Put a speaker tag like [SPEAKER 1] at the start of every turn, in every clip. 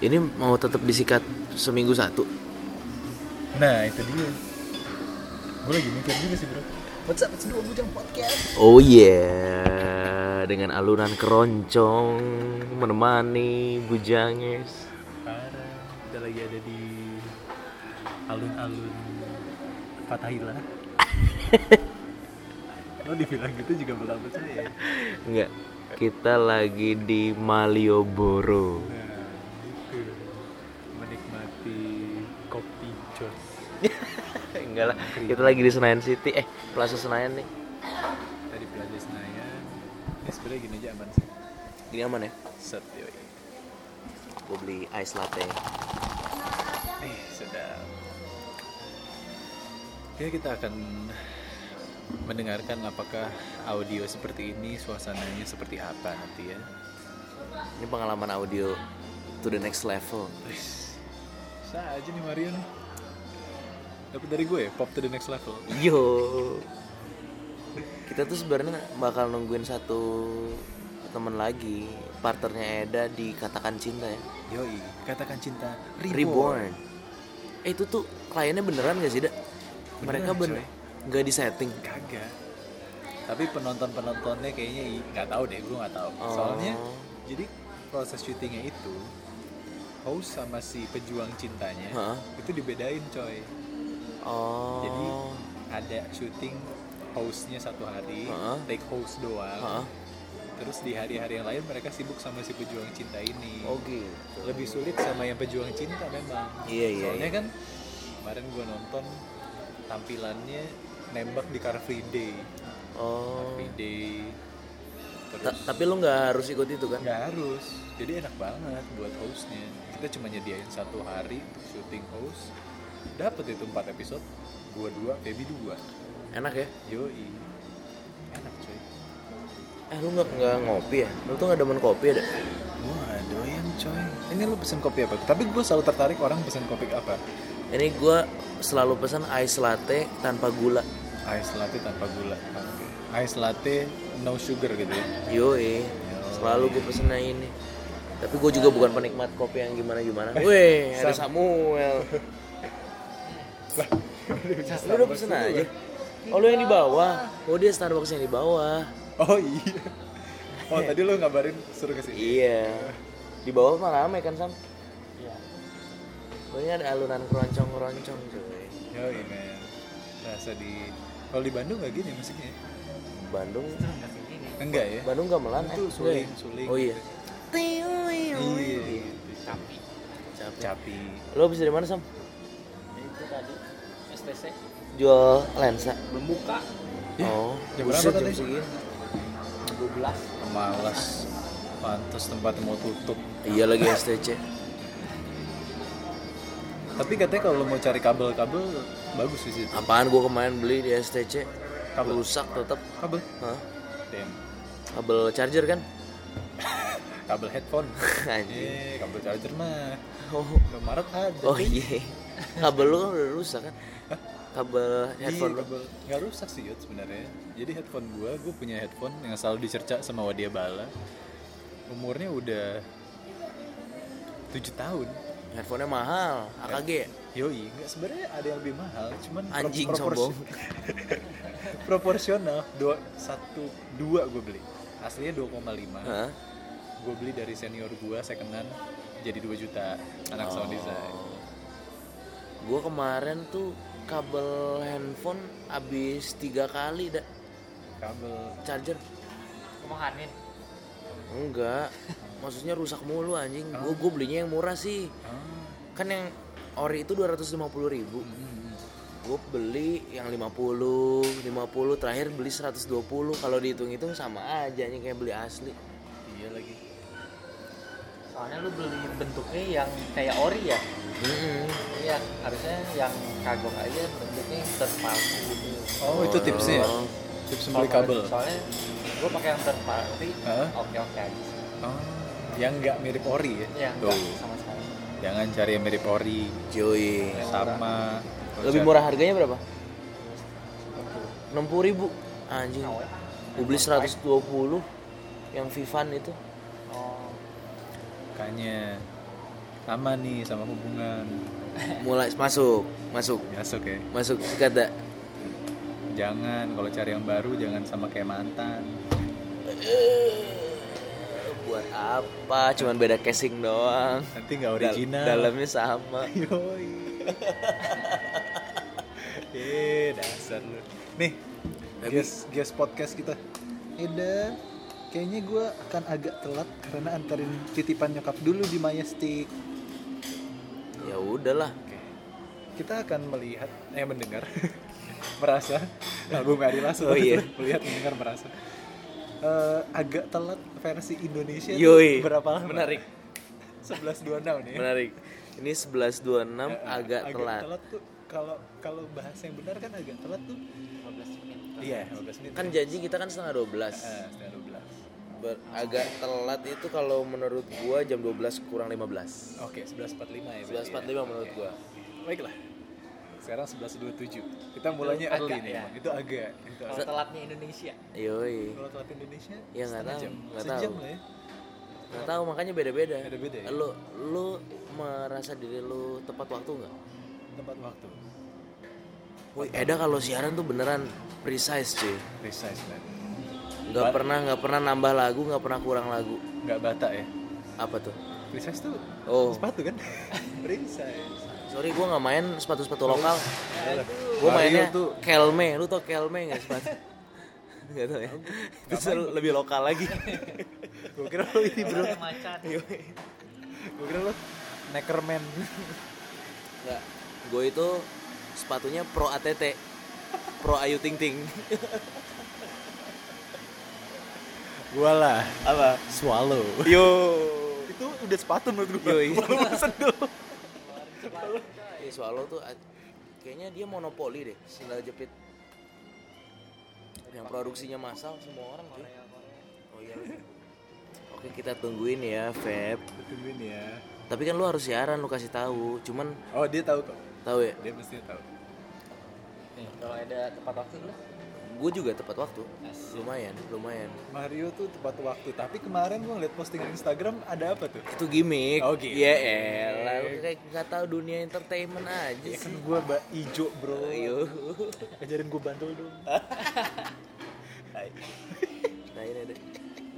[SPEAKER 1] ini mau tetap disikat seminggu satu
[SPEAKER 2] Nah itu dia. Gue lagi mikir juga sih bro. What's up? It's dua bujang podcast.
[SPEAKER 1] oh yeah dengan alunan keroncong menemani bujangis
[SPEAKER 2] Parah. Kita lagi ada di alun-alun Fatahila. Lo dibilang gitu juga bakal percaya.
[SPEAKER 1] enggak kita lagi di Malioboro
[SPEAKER 2] Nah itu menikmati kopi jos.
[SPEAKER 1] enggak lah kita lagi di Senayan City eh Plaza Senayan nih
[SPEAKER 2] Tadi Plaza Senayan. Ya sebenernya gini aja aman sih.
[SPEAKER 1] gini aman ya
[SPEAKER 2] Set yoi.
[SPEAKER 1] gue beli ice latte
[SPEAKER 2] Eh, sedap. Oke, kita akan mendengarkan apakah audio seperti ini suasananya seperti apa nanti ya.
[SPEAKER 1] ini pengalaman audio to the next level
[SPEAKER 2] Saya aja nih Mario nih. Dapat dari gue, pop to the next level.
[SPEAKER 1] Yo. Kita tuh sebenarnya bakal nungguin satu temen lagi, partnernya Eda dikatakan cinta ya.
[SPEAKER 2] Yoi, katakan cinta
[SPEAKER 1] Reborn. Eh itu tuh kliennya beneran gak sih, Da? Mereka bener
[SPEAKER 2] Beneran,
[SPEAKER 1] nggak disetting.
[SPEAKER 2] Kagak. Tapi penonton-penontonnya kayaknya i- nggak tahu deh, gue nggak tahu.
[SPEAKER 1] Oh.
[SPEAKER 2] Soalnya jadi proses syutingnya itu host sama si pejuang cintanya
[SPEAKER 1] Heeh.
[SPEAKER 2] itu dibedain coy.
[SPEAKER 1] Oh.
[SPEAKER 2] Jadi ada syuting hostnya satu hari,
[SPEAKER 1] Heeh.
[SPEAKER 2] take host doang.
[SPEAKER 1] Heeh.
[SPEAKER 2] Terus di hari-hari yang lain mereka sibuk sama si pejuang cinta ini.
[SPEAKER 1] Oh gitu.
[SPEAKER 2] Lebih sulit sama yang pejuang cinta memang.
[SPEAKER 1] Iya, iya,
[SPEAKER 2] Soalnya kan kemarin gue nonton tampilannya nembak di Car Free Day. Car
[SPEAKER 1] Oh.
[SPEAKER 2] Free Day.
[SPEAKER 1] Ta-
[SPEAKER 2] Terus
[SPEAKER 1] Tapi lu nggak harus ikut itu kan?
[SPEAKER 2] nggak harus. Jadi enak banget buat hostnya. Kita cuma nyediain satu hari untuk syuting host. Dapat itu 4 episode. Gua dua, Feby dua.
[SPEAKER 1] Enak ya?
[SPEAKER 2] Yoi Enak cuy
[SPEAKER 1] Eh lu nggak nggak ngopi ya? Lu tuh nggak demen kopi ya, Da?
[SPEAKER 2] Wah doyan coy Ini lu pesen kopi apa? Tapi gue selalu tertarik orang pesen kopi apa
[SPEAKER 1] Ini gua selalu pesan ice latte tanpa gula.
[SPEAKER 2] Ice latte tanpa gula Ice latte no sugar gitu ya
[SPEAKER 1] Yoi, selalu gue pesennya ini. Tapi gue juga bukan penikmat kopi yang gimana-gimana. Weh, ada Samuel. lu udah pesen aja. Oh lu yang di bawah. Oh dia Starbucks yang di bawah.
[SPEAKER 2] Oh iya Oh tadi lu ngabarin suruh ke sini
[SPEAKER 1] Iya. Di bawah mah rame kan Sam? Pokoknya Oh, ada alunan keroncong-keroncong cuy.
[SPEAKER 2] Yoi men Iya. Rasa di Kalau di Bandung gak gini musiknya
[SPEAKER 1] Bandung,
[SPEAKER 2] Enggak ya
[SPEAKER 1] Bandung gamelan eh?
[SPEAKER 2] Itu
[SPEAKER 1] Enggak ya?
[SPEAKER 2] suling, suling
[SPEAKER 1] Oh iya.
[SPEAKER 2] Iya Capi
[SPEAKER 1] Capek.
[SPEAKER 2] Capi
[SPEAKER 1] Lo bisa dari mana Sam?
[SPEAKER 3] itu tadi STC
[SPEAKER 1] Jual lensa.
[SPEAKER 3] belum buka
[SPEAKER 1] Oh,
[SPEAKER 2] jam
[SPEAKER 1] buset,
[SPEAKER 2] berapa
[SPEAKER 1] jam
[SPEAKER 2] tadi?
[SPEAKER 1] segini.
[SPEAKER 3] 12
[SPEAKER 2] Malas Pantes tempat mau tutup
[SPEAKER 1] Iya lagi STC.
[SPEAKER 2] Tapi katanya kalau lo mau cari kabel-kabel bagus di situ.
[SPEAKER 1] Apaan gua kemarin beli di STC?
[SPEAKER 2] Kabel.
[SPEAKER 1] Rusak tetap.
[SPEAKER 2] Kabel?
[SPEAKER 1] Hah?
[SPEAKER 2] Damn.
[SPEAKER 1] Kabel charger kan?
[SPEAKER 2] Kabel headphone.
[SPEAKER 1] Anjing.
[SPEAKER 2] Eh, kabel charger mah.
[SPEAKER 1] Oh,
[SPEAKER 2] Lo Maret ada.
[SPEAKER 1] oh iya. Kabel lu kan udah rusak kan? Kabel
[SPEAKER 2] Iya,
[SPEAKER 1] headphone lu.
[SPEAKER 2] kabel. Nggak rusak sih Yud sebenarnya. Jadi headphone gua, gua punya headphone yang selalu dicerca sama Wadia Bala. Umurnya udah 7 tahun.
[SPEAKER 1] Headphone-nya mahal, AKG ya?
[SPEAKER 2] Yoi, nggak sebenarnya ada yang lebih mahal, cuman pro-
[SPEAKER 1] Anjing,
[SPEAKER 2] proporsi-
[SPEAKER 1] sombong.
[SPEAKER 2] proporsional dua satu dua gue beli. Aslinya 2,5.
[SPEAKER 1] Hah?
[SPEAKER 2] gue beli dari senior gue secondan jadi 2 juta anak sound design
[SPEAKER 1] Gua kemarin tuh kabel handphone habis tiga kali dah
[SPEAKER 2] kabel
[SPEAKER 1] charger.
[SPEAKER 3] kemahanin
[SPEAKER 1] Enggak. Maksudnya rusak mulu anjing. Gua gua belinya yang murah sih.
[SPEAKER 2] Ah.
[SPEAKER 1] Kan yang ori itu 250.000 ribu
[SPEAKER 2] Hmm.
[SPEAKER 1] gue beli yang 50 50 terakhir beli 120 kalau dihitung-hitung sama aja nih kayak beli asli
[SPEAKER 2] iya lagi
[SPEAKER 3] soalnya lu beli bentuknya yang kayak ori ya iya harusnya yang kagok aja bentuknya yang third party gitu
[SPEAKER 2] oh itu tipsnya ya tips beli kabel
[SPEAKER 3] Kalau- soalnya gua pakai yang third party
[SPEAKER 2] Hah?
[SPEAKER 3] oke oke aja sih.
[SPEAKER 2] Oh, yang nggak mirip ori ya
[SPEAKER 3] Iya,
[SPEAKER 2] Tuh.
[SPEAKER 3] enggak sama sekali
[SPEAKER 2] jangan cari yang mirip ori
[SPEAKER 1] Joy
[SPEAKER 2] sama
[SPEAKER 1] lebih murah harganya berapa 60 ribu anjing
[SPEAKER 3] Awet.
[SPEAKER 1] gue beli 120 yang Vivan itu
[SPEAKER 3] oh
[SPEAKER 2] makanya aman nih sama hubungan
[SPEAKER 1] mulai masuk masuk
[SPEAKER 2] masuk ya
[SPEAKER 1] masuk sikat dak
[SPEAKER 2] jangan kalau cari yang baru jangan sama kayak mantan
[SPEAKER 1] buat apa cuman beda casing doang
[SPEAKER 2] nanti nggak
[SPEAKER 1] Dal-
[SPEAKER 2] original
[SPEAKER 1] dalamnya sama
[SPEAKER 2] Yoi. eh dasar lu. Nih,
[SPEAKER 1] Tapi-
[SPEAKER 2] guys, guys podcast kita. Eda, kayaknya gue akan agak telat karena antarin titipan nyokap dulu di Mayastik.
[SPEAKER 1] ya udahlah
[SPEAKER 2] Kita akan melihat, eh mendengar, merasa lagu Ari Lasso.
[SPEAKER 1] Oh, iya.
[SPEAKER 2] melihat, mendengar, merasa. Eh, agak telat versi Indonesia tuh
[SPEAKER 1] Yoi.
[SPEAKER 2] berapa lama?
[SPEAKER 1] Menarik.
[SPEAKER 2] 11.26 nih.
[SPEAKER 1] menarik ini 11.26
[SPEAKER 2] Ya,
[SPEAKER 1] agak telat
[SPEAKER 2] tuh kalau kalau bahasa yang benar kan agak telat tuh
[SPEAKER 3] 15 menit.
[SPEAKER 2] iya 15 menit
[SPEAKER 1] kan janji kita kan setengah 12
[SPEAKER 2] Eh, setengah 12
[SPEAKER 1] Ber- agak telat itu kalau menurut gua jam 12 kurang 15
[SPEAKER 2] oke 11.45 ya berarti
[SPEAKER 1] 11.45
[SPEAKER 2] ya.
[SPEAKER 1] menurut gua
[SPEAKER 2] baiklah sekarang 11.27 kita mulainya
[SPEAKER 3] agak
[SPEAKER 2] agak nih
[SPEAKER 3] ya.
[SPEAKER 2] emang. itu agak itu
[SPEAKER 3] Kalau
[SPEAKER 2] agak.
[SPEAKER 3] telatnya Indonesia.
[SPEAKER 1] yoi
[SPEAKER 2] kalau telat Indonesia
[SPEAKER 1] Ya, nggak
[SPEAKER 2] setengah
[SPEAKER 1] tahu,
[SPEAKER 2] jam
[SPEAKER 1] nggak
[SPEAKER 2] sejam
[SPEAKER 1] tahu.
[SPEAKER 2] lah ya
[SPEAKER 1] nggak tahu makanya beda-beda
[SPEAKER 2] Beda-beda ya?
[SPEAKER 1] lu lu merasa diri lu tepat waktu nggak
[SPEAKER 2] tempat waktu
[SPEAKER 1] Woi, Eda kalau siaran tuh beneran precise cuy.
[SPEAKER 2] precise banget
[SPEAKER 1] Nggak pernah nggak pernah nambah lagu, nggak pernah kurang lagu.
[SPEAKER 2] nggak bata ya
[SPEAKER 1] Apa tuh?
[SPEAKER 2] precise tuh
[SPEAKER 1] Oh,
[SPEAKER 2] sepatu kan precise
[SPEAKER 1] sorry gua nggak main sepatu-sepatu lokal. Gua
[SPEAKER 2] Wario
[SPEAKER 1] mainnya
[SPEAKER 2] tuh
[SPEAKER 1] Kelme. Lu tau Kelme nggak sepatu? Nggak tau ya. Itu sel- lebih lokal lagi.
[SPEAKER 2] gue kira lo ini bro
[SPEAKER 3] Kayak macan.
[SPEAKER 2] gue kira lo neckerman
[SPEAKER 1] Nggak. Gue itu sepatunya pro ATT. Pro Ayu Ting Ting.
[SPEAKER 2] gue lah
[SPEAKER 1] Apa?
[SPEAKER 2] swallow
[SPEAKER 1] Yo.
[SPEAKER 2] itu udah sepatu menurut gue
[SPEAKER 1] Yoi.
[SPEAKER 2] Walaupun sendal
[SPEAKER 1] Eh, Swallow tuh a- kayaknya dia monopoli deh sandal jepit. Yang produksinya massal semua orang cuy. Oh iya. Oke kita tungguin ya Feb.
[SPEAKER 2] tungguin ya
[SPEAKER 1] Tapi kan lu harus siaran lu kasih tahu. Cuman
[SPEAKER 2] oh dia tahu kok
[SPEAKER 1] tahu ya.
[SPEAKER 2] dia mesti tahu
[SPEAKER 3] Nih, kalau ada tepat waktu lu.
[SPEAKER 1] Gue juga tepat waktu.
[SPEAKER 3] Asik.
[SPEAKER 1] Lumayan, lumayan.
[SPEAKER 2] Mario tuh tepat waktu tapi kemarin gua ngeliat postingan Instagram ada apa tuh
[SPEAKER 1] Itu gimmick.
[SPEAKER 2] Oh, gimmick.
[SPEAKER 1] Ya elah, lu kayak nggak tahu dunia entertainment aja
[SPEAKER 2] ya kan
[SPEAKER 1] sih.
[SPEAKER 2] gue ba ijo bro
[SPEAKER 1] Ayo.
[SPEAKER 2] ajarin gue bandel dong
[SPEAKER 1] Nah ini deh.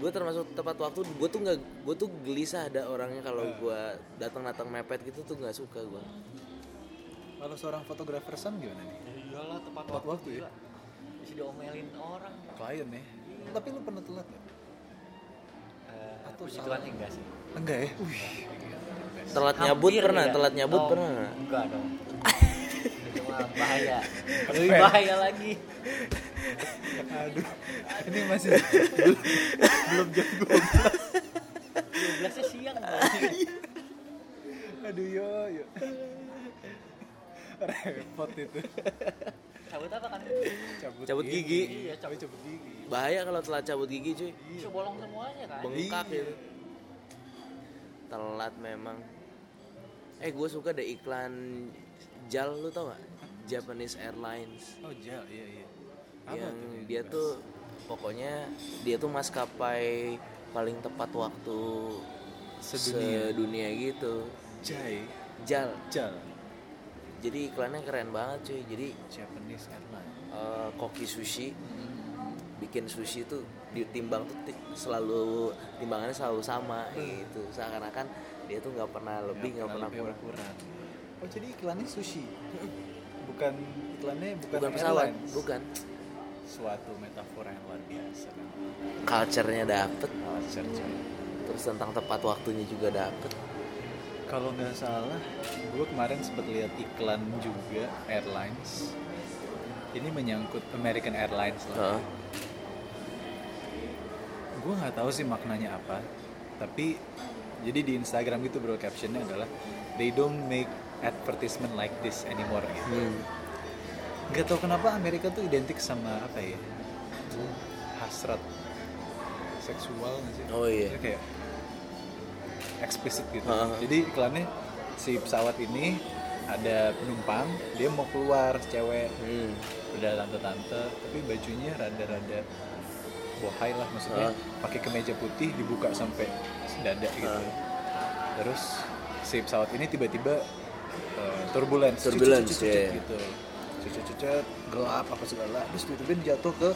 [SPEAKER 1] Gue termasuk tepat waktu. Gue tuh nggak, gue tuh gelisah ada orangnya kalau gue datang datang mepet gitu tuh nggak suka gue.
[SPEAKER 2] kalau seorang fotografer Sam gimana nih
[SPEAKER 3] Ya iyalah tepat
[SPEAKER 2] Tepat
[SPEAKER 3] waktu,
[SPEAKER 2] waktu ya?
[SPEAKER 3] gila. Bisa diomelin orang.
[SPEAKER 2] klien ya tapi lu pernah telat ya? nggak
[SPEAKER 3] Eh,
[SPEAKER 2] Atau
[SPEAKER 3] puji
[SPEAKER 2] salah.
[SPEAKER 3] Tuhan enggak sih.
[SPEAKER 2] enggak ya Wih.
[SPEAKER 1] Telat nyabut
[SPEAKER 3] Hampir
[SPEAKER 1] pernah,
[SPEAKER 3] enggak.
[SPEAKER 1] telat nyabut
[SPEAKER 3] Oh,
[SPEAKER 1] pernah. nggak?
[SPEAKER 3] Enggak dong. Itu mah bahaya. Lebih
[SPEAKER 2] Fair.
[SPEAKER 3] bahaya lagi.
[SPEAKER 2] aduh ini masih belum, belum jam
[SPEAKER 3] 12 siang. Bang.
[SPEAKER 2] dua aduh yo yo repot itu
[SPEAKER 3] Cabut apa kan?
[SPEAKER 2] cabut,
[SPEAKER 1] Cabut gigi.
[SPEAKER 3] Iya,
[SPEAKER 2] cabut cabut gigi
[SPEAKER 1] Bahaya kalau telat cabut gigi cuy.
[SPEAKER 3] Bisa bolong semuanya kan?
[SPEAKER 1] bengkak gitu telat memang eh gue suka ada iklan JAL lu tau gak Japanese Airlines
[SPEAKER 2] oh jal iya iya
[SPEAKER 1] yang dia tuh gitu? pokoknya dia tuh maskapai paling tepat waktu
[SPEAKER 2] Sedunia.
[SPEAKER 1] sedunia gitu
[SPEAKER 2] jai
[SPEAKER 1] JAL
[SPEAKER 2] jal
[SPEAKER 1] jadi iklannya keren banget cuy jadi
[SPEAKER 2] Japanese airline
[SPEAKER 1] eh, koki sushi bikin sushi tuh ditimbang tuh ti- selalu timbangannya selalu sama gitu seakan-akan dia tuh nggak pernah lebih nggak pernah kurang
[SPEAKER 2] kurang oh jadi iklannya sushi bukan iklannya bukan,
[SPEAKER 1] bukan pesawat
[SPEAKER 2] airlines.
[SPEAKER 1] bukan
[SPEAKER 2] suatu metafora yang luar biasa kan
[SPEAKER 1] culture-nya dapet
[SPEAKER 2] Culture, coy.
[SPEAKER 1] terus tentang tepat waktunya juga dapet
[SPEAKER 2] kalau nggak salah gue kemarin sempat lihat iklan juga airlines ini menyangkut American Airlines lah
[SPEAKER 1] Heeh.
[SPEAKER 2] gue nggak tahu sih maknanya apa tapi jadi di Instagram gitu bro captionnya adalah they don't make advertisement like this anymore gitu
[SPEAKER 1] Hmm.
[SPEAKER 2] nggak tahu kenapa Amerika tuh identik sama apa ya hasrat seksual nggak sih
[SPEAKER 1] oh iya
[SPEAKER 2] Maksudnya kayak eksplisit gitu
[SPEAKER 1] Heeh.
[SPEAKER 2] jadi iklannya si pesawat ini ada penumpang dia mau keluar si cewek
[SPEAKER 1] hmm.
[SPEAKER 2] udah tante-tante tapi bajunya rada-rada bohai lah maksudnya
[SPEAKER 1] Ah.
[SPEAKER 2] pakai kemeja putih dibuka sampai dada gitu terus si pesawat ini tiba-tiba eh, turbulence, Cucut,
[SPEAKER 1] Turbulence,
[SPEAKER 2] cucut, cucut,
[SPEAKER 1] iya, iya.
[SPEAKER 2] gitu, cucut-cucut gelap apa segala, terus tiba-tiba dia jatuh ke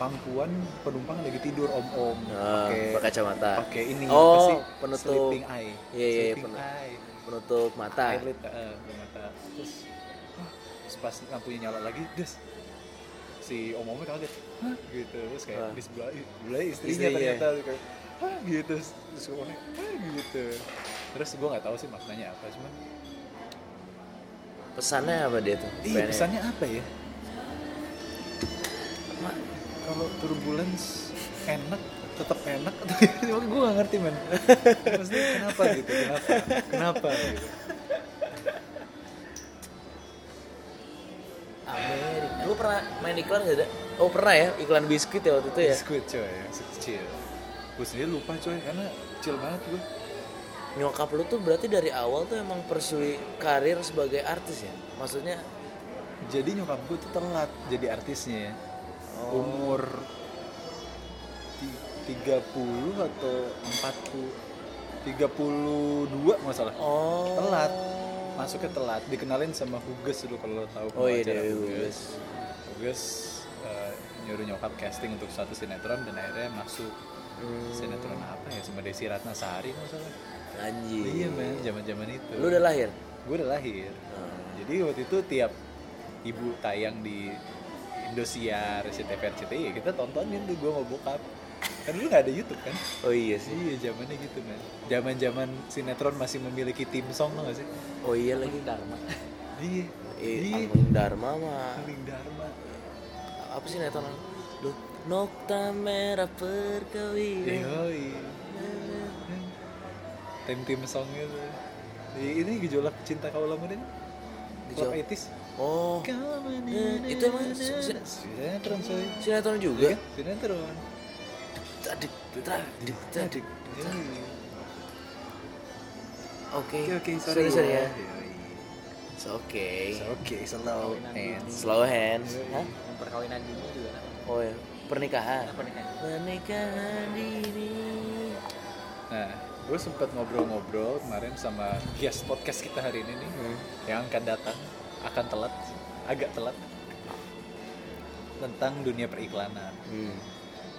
[SPEAKER 2] pangkuan penumpang yang lagi tidur om-om
[SPEAKER 1] Ah, pakai kacamata.
[SPEAKER 2] pakai ini
[SPEAKER 1] Oh,
[SPEAKER 2] apa sih?
[SPEAKER 1] penutup.
[SPEAKER 2] sleeping eye,
[SPEAKER 1] Iya, iya,
[SPEAKER 2] sleeping
[SPEAKER 1] penutup.
[SPEAKER 2] eye,
[SPEAKER 1] menutup mata
[SPEAKER 2] eyelid, eh, di mata. terus ah, terus pas lampunya nyala lagi, des si om-omnya kaget, hah gitu, terus kayak
[SPEAKER 1] Ah.
[SPEAKER 2] di sebelah, di sebelah istrinya,
[SPEAKER 1] Istrinya. iya.
[SPEAKER 2] ternyata kayak, hah gitu, terus terus om-omnya, hah gitu, terus gue nggak tahu sih maknanya apa, cuman
[SPEAKER 1] pesannya apa dia tuh
[SPEAKER 2] Iya,
[SPEAKER 1] Pengennya.
[SPEAKER 2] pesannya apa ya? Mak, kalau turbulence enak, tetap enak atau gimana? gue gak ngerti men. Maksudnya kenapa gitu? Kenapa? Kenapa gitu?
[SPEAKER 1] Amerika lu pernah main iklan gak ada oh pernah ya iklan biskuit ya waktu itu ya
[SPEAKER 2] Biskuit coy, masih kecil. Gue sendiri lupa coy, karena kecil banget gue.
[SPEAKER 1] nyokap lu tuh berarti dari awal tuh emang persui karir sebagai artis ya maksudnya
[SPEAKER 2] Jadi nyokap gue tuh telat jadi artisnya. ya.
[SPEAKER 1] Oh.
[SPEAKER 2] Umur ti- 30 atau 40 32 masalah.
[SPEAKER 1] oh
[SPEAKER 2] Telat. masuknya telat dikenalin sama Huges dulu kalau lo tahu
[SPEAKER 1] oh iya
[SPEAKER 2] pengacara
[SPEAKER 1] Dewi
[SPEAKER 2] Huges
[SPEAKER 1] Huges
[SPEAKER 2] Huges eh, nyuruh nyokap casting untuk satu sinetron dan akhirnya masuk
[SPEAKER 1] Hmm,
[SPEAKER 2] sinetron apa ya sama Desi Ratnasari nggak salah iya
[SPEAKER 1] anjing
[SPEAKER 2] men zaman zaman itu
[SPEAKER 1] lu udah lahir
[SPEAKER 2] gue udah Ah. lahir jadi waktu itu tiap ibu tayang di Indosiar, CTV, RCTI ya kita tontonin tuh gue mau bokap kan dulu nggak ada YouTube kan
[SPEAKER 1] oh iya sih
[SPEAKER 2] iya zamannya gitu men zaman zaman sinetron masih memiliki tim song tau nggak sih
[SPEAKER 1] oh iya lagi
[SPEAKER 3] Dharma.
[SPEAKER 2] iya
[SPEAKER 1] eh, Angling Dharma mah
[SPEAKER 2] Paling Dharma
[SPEAKER 1] apa sih neton lu Nokta merah perkawinan
[SPEAKER 2] Yoi Tim-tim song gitu Di- Iya, Ini gejolak cinta kaula menit Gejolak
[SPEAKER 1] Gejolak.
[SPEAKER 2] etis
[SPEAKER 1] oh
[SPEAKER 2] Eh,
[SPEAKER 1] itu emang sin- sin-
[SPEAKER 2] Sinetron coy
[SPEAKER 1] sinetron
[SPEAKER 2] Iya
[SPEAKER 1] juga
[SPEAKER 2] kan? Sinetron
[SPEAKER 1] Tadik, tadik, tadik.
[SPEAKER 2] Yoi.
[SPEAKER 1] Oke,
[SPEAKER 2] Oke oke sorry
[SPEAKER 1] sorry, sorry ya.
[SPEAKER 2] Yoi.
[SPEAKER 1] It's okay.
[SPEAKER 2] It's Oke slow hands
[SPEAKER 1] Slow hands.
[SPEAKER 2] Yoi.
[SPEAKER 1] Hah?
[SPEAKER 3] Yang perkawinan dini juga kan.
[SPEAKER 1] Oh ya, pernikahan.
[SPEAKER 3] Apa nih kan?
[SPEAKER 1] Pernikahan dini.
[SPEAKER 2] Nah gue sempet ngobrol-ngobrol kemarin sama guest podcast kita hari ini nih yang akan datang akan telat agak telat tentang dunia periklanan
[SPEAKER 1] Hmm.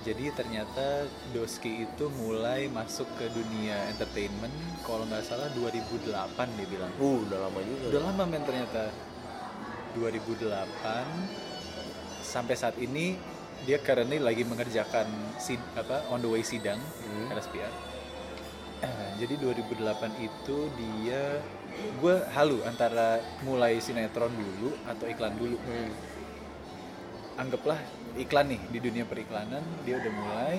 [SPEAKER 2] Jadi ternyata Doski itu mulai masuk ke dunia entertainment kalau nggak salah 2008 dia bilang.
[SPEAKER 1] Uh, udah lama juga.
[SPEAKER 2] Udah lama men ternyata. 2008 sampai saat ini dia currently lagi mengerjakan sid- apa on the way sidang
[SPEAKER 1] Hmm.
[SPEAKER 2] RSPR. Eh, Jadi 2008 itu dia gue halu antara mulai sinetron dulu atau iklan dulu
[SPEAKER 1] Hmm.
[SPEAKER 2] anggaplah iklan nih di dunia periklanan dia udah mulai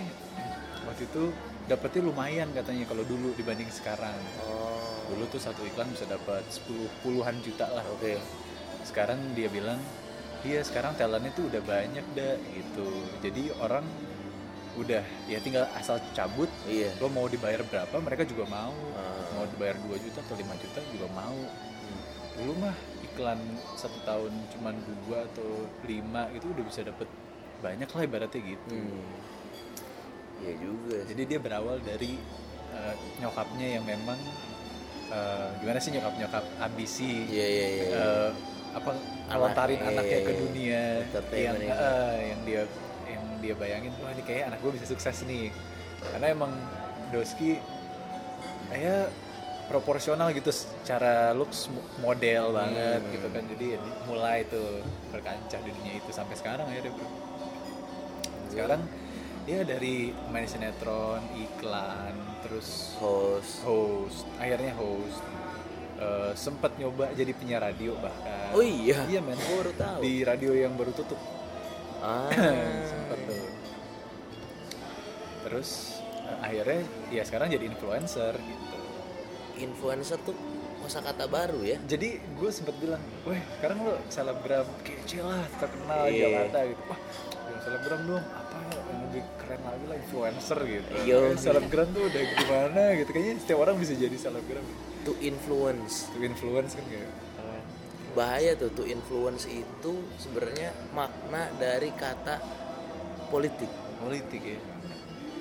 [SPEAKER 2] waktu itu dapetnya lumayan katanya kalau dulu dibanding sekarang
[SPEAKER 1] Oh.
[SPEAKER 2] dulu tuh satu iklan bisa dapat 10 puluhan juta lah
[SPEAKER 1] Oke.
[SPEAKER 2] sekarang dia bilang iya sekarang talentnya tuh udah banyak dah gitu jadi orang udah ya tinggal asal cabut
[SPEAKER 1] Iya.
[SPEAKER 2] lo mau dibayar berapa mereka juga mau
[SPEAKER 1] Ah. Hmm.
[SPEAKER 2] mau dibayar 2 juta atau 5 juta juga mau dulu mah iklan satu tahun cuman dua atau lima itu udah bisa dapet banyak lah ibaratnya gitu
[SPEAKER 1] Hmm. Iya juga. sih.
[SPEAKER 2] jadi dia berawal dari eh, nyokapnya yang memang eh, gimana sih nyokap nyokap ambisi
[SPEAKER 1] Iya iya iya.
[SPEAKER 2] eh, apa ngelontarin
[SPEAKER 1] Anak-
[SPEAKER 2] anaknya
[SPEAKER 1] iya,
[SPEAKER 2] ke
[SPEAKER 1] iya.
[SPEAKER 2] dunia yang
[SPEAKER 1] Entertainment ini.
[SPEAKER 2] eh, yang dia yang dia bayangin wah ini kayak anak gue bisa sukses nih karena emang Doski kayak proporsional gitu secara looks mo- model banget
[SPEAKER 1] Hmm.
[SPEAKER 2] gitu kan jadi ya di- mulai tuh berkancah di dunia itu sampai sekarang ya bro sekarang dia dari main sinetron iklan terus
[SPEAKER 1] Host.
[SPEAKER 2] host akhirnya host Eh, sempat nyoba jadi penyiar radio bahkan
[SPEAKER 1] Oh iya.
[SPEAKER 2] iya men
[SPEAKER 1] Gua baru tahu.
[SPEAKER 2] di radio yang baru tutup
[SPEAKER 1] Ah.
[SPEAKER 2] sempat tuh terus eh, akhirnya ya sekarang jadi influencer gitu
[SPEAKER 1] Influencer tuh kosakata baru ya.
[SPEAKER 2] jadi gue sempet bilang weh sekarang lo selebgram kece lah terkenal
[SPEAKER 1] Iya.
[SPEAKER 2] Jakarta gitu wah jangan selebgram dong apa ya yang lebih keren lagi lah influencer gitu
[SPEAKER 1] Yo.
[SPEAKER 2] Kayak selebgram tuh udah gimana gitu kayaknya setiap orang bisa jadi selebgram
[SPEAKER 1] To influence.
[SPEAKER 2] itu influence kan kayak
[SPEAKER 1] bahaya tuh tuh influence itu sebenarnya makna dari kata politik
[SPEAKER 2] politik ya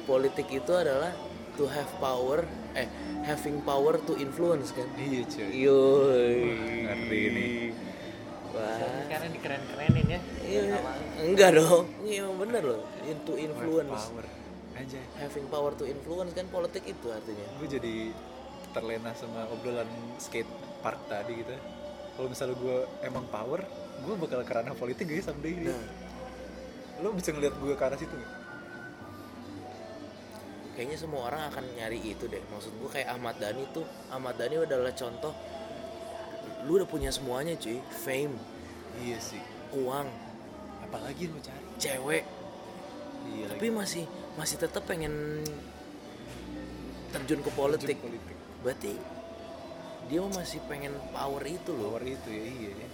[SPEAKER 1] politik itu adalah to have power eh having power to influence kan
[SPEAKER 2] Iya cuy.
[SPEAKER 1] yoi
[SPEAKER 2] Ngerti ini.
[SPEAKER 1] wah
[SPEAKER 3] Karena dikeren-kerenin ya.
[SPEAKER 1] iya
[SPEAKER 3] Sama-
[SPEAKER 1] enggak dong iya bener loh In- to influence
[SPEAKER 2] Power. Anjay.
[SPEAKER 1] having power to influence kan politik itu artinya
[SPEAKER 2] Gue jadi terlena sama obrolan skate park tadi gitu. Kalau misalnya gue emang power, gue bakal ke ranah politik guys someday ini.
[SPEAKER 1] Nah.
[SPEAKER 2] Lo bisa ngeliat gue ke arah situ nggak?
[SPEAKER 1] kayaknya semua orang akan nyari itu deh maksud gue kayak Ahmad Dhani tuh Ahmad Dhani adalah contoh lu udah punya semuanya cuy fame
[SPEAKER 2] Iya sih.
[SPEAKER 1] uang
[SPEAKER 2] Apalagi yang lo cari?
[SPEAKER 1] cewek
[SPEAKER 2] Iya
[SPEAKER 1] tapi masih masih tetap pengen terjun ke
[SPEAKER 2] Terjun
[SPEAKER 1] politik
[SPEAKER 2] politik.
[SPEAKER 1] berarti dia masih pengen power itu loh
[SPEAKER 2] Power itu ya iya. ya.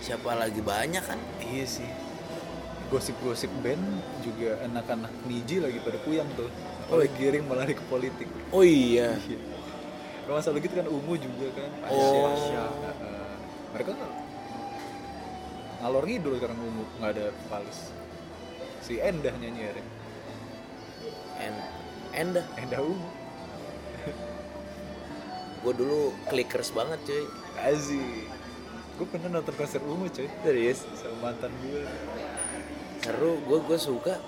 [SPEAKER 1] siapa lagi banyak kan
[SPEAKER 2] Iya sih. Gosip-gosip band juga anak-anak niji lagi pada puyang tuh. Oleh giring malah lari ke politik.
[SPEAKER 1] oh iya
[SPEAKER 2] Iya. Kalau masalah gitu kan ungu juga kan.
[SPEAKER 1] Oh.
[SPEAKER 2] Pasya, eh, mereka kan ngalor ngidul sekarang ungu nggak ada vokalis. Si Endah nyanyi ya. Ren.
[SPEAKER 1] and and
[SPEAKER 2] Endah ungu.
[SPEAKER 1] gue dulu clickers banget cuy
[SPEAKER 2] Azi. Gue pernah nonton konser ungu coy.
[SPEAKER 1] serius
[SPEAKER 2] Sama mantan gue.
[SPEAKER 1] seru gue gue suka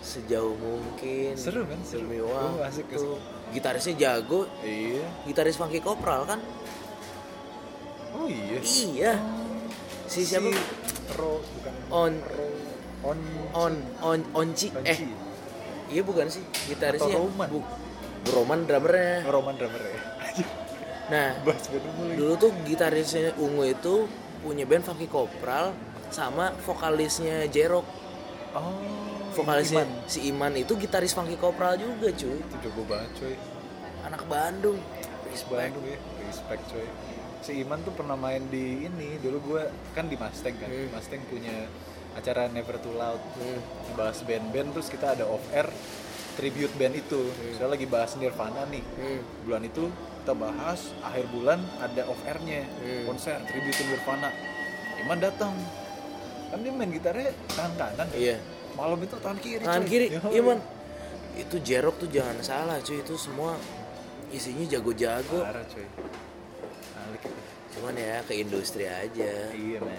[SPEAKER 1] sejauh mungkin
[SPEAKER 2] Seru kan? Seru.
[SPEAKER 1] demi
[SPEAKER 2] Ungu
[SPEAKER 1] waktu
[SPEAKER 2] asik kesel.
[SPEAKER 1] gitarisnya jago
[SPEAKER 2] Iya.
[SPEAKER 1] gitaris Funky Kopral kan
[SPEAKER 2] Oh iya.
[SPEAKER 1] iya si siapa
[SPEAKER 2] Ro bukan
[SPEAKER 1] on
[SPEAKER 2] Ro on
[SPEAKER 1] on on onci eh
[SPEAKER 2] Panci.
[SPEAKER 1] iya bukan sih gitarisnya
[SPEAKER 2] Atau Roman.
[SPEAKER 1] Bu- Roman drummernya
[SPEAKER 2] Roman drummer ya. Anjing,
[SPEAKER 1] nah
[SPEAKER 2] Bahas band ungu lagi.
[SPEAKER 1] dulu tuh gitarisnya Ungu itu punya band Funky Kopral sama vokalisnya Jerok
[SPEAKER 2] Oh.
[SPEAKER 1] vokalisnya
[SPEAKER 2] Iman.
[SPEAKER 1] si Iman itu gitaris Funky Kopral juga cuy
[SPEAKER 2] Itu jago banget coy.
[SPEAKER 1] anak Bandung
[SPEAKER 2] Respect. ya. Respect coy. Si Iman tuh pernah main di ini. Dulu gue kan di Mustang kan.
[SPEAKER 1] Hmm.
[SPEAKER 2] Mustang punya acara Never Too Loud.
[SPEAKER 1] Hmm.
[SPEAKER 2] Bahas band-band terus kita ada off air tribute band itu. Saya lagi bahas Nirvana nih.
[SPEAKER 1] Hmm.
[SPEAKER 2] bulan itu kita bahas akhir bulan ada off airnya
[SPEAKER 1] Hmm.
[SPEAKER 2] konser tribute to Nirvana Iman datang kan dia main gitarnya tangan kanan
[SPEAKER 1] iya
[SPEAKER 2] malam itu tangan kiri
[SPEAKER 1] tangan
[SPEAKER 2] cuy. Ya,
[SPEAKER 1] kiri Iya,
[SPEAKER 2] Yoi.
[SPEAKER 1] Iman itu Jerok tuh jangan salah cuy itu semua isinya jago-jago
[SPEAKER 2] parah cuy alik itu
[SPEAKER 1] cuman ya ke industri aja
[SPEAKER 2] iya man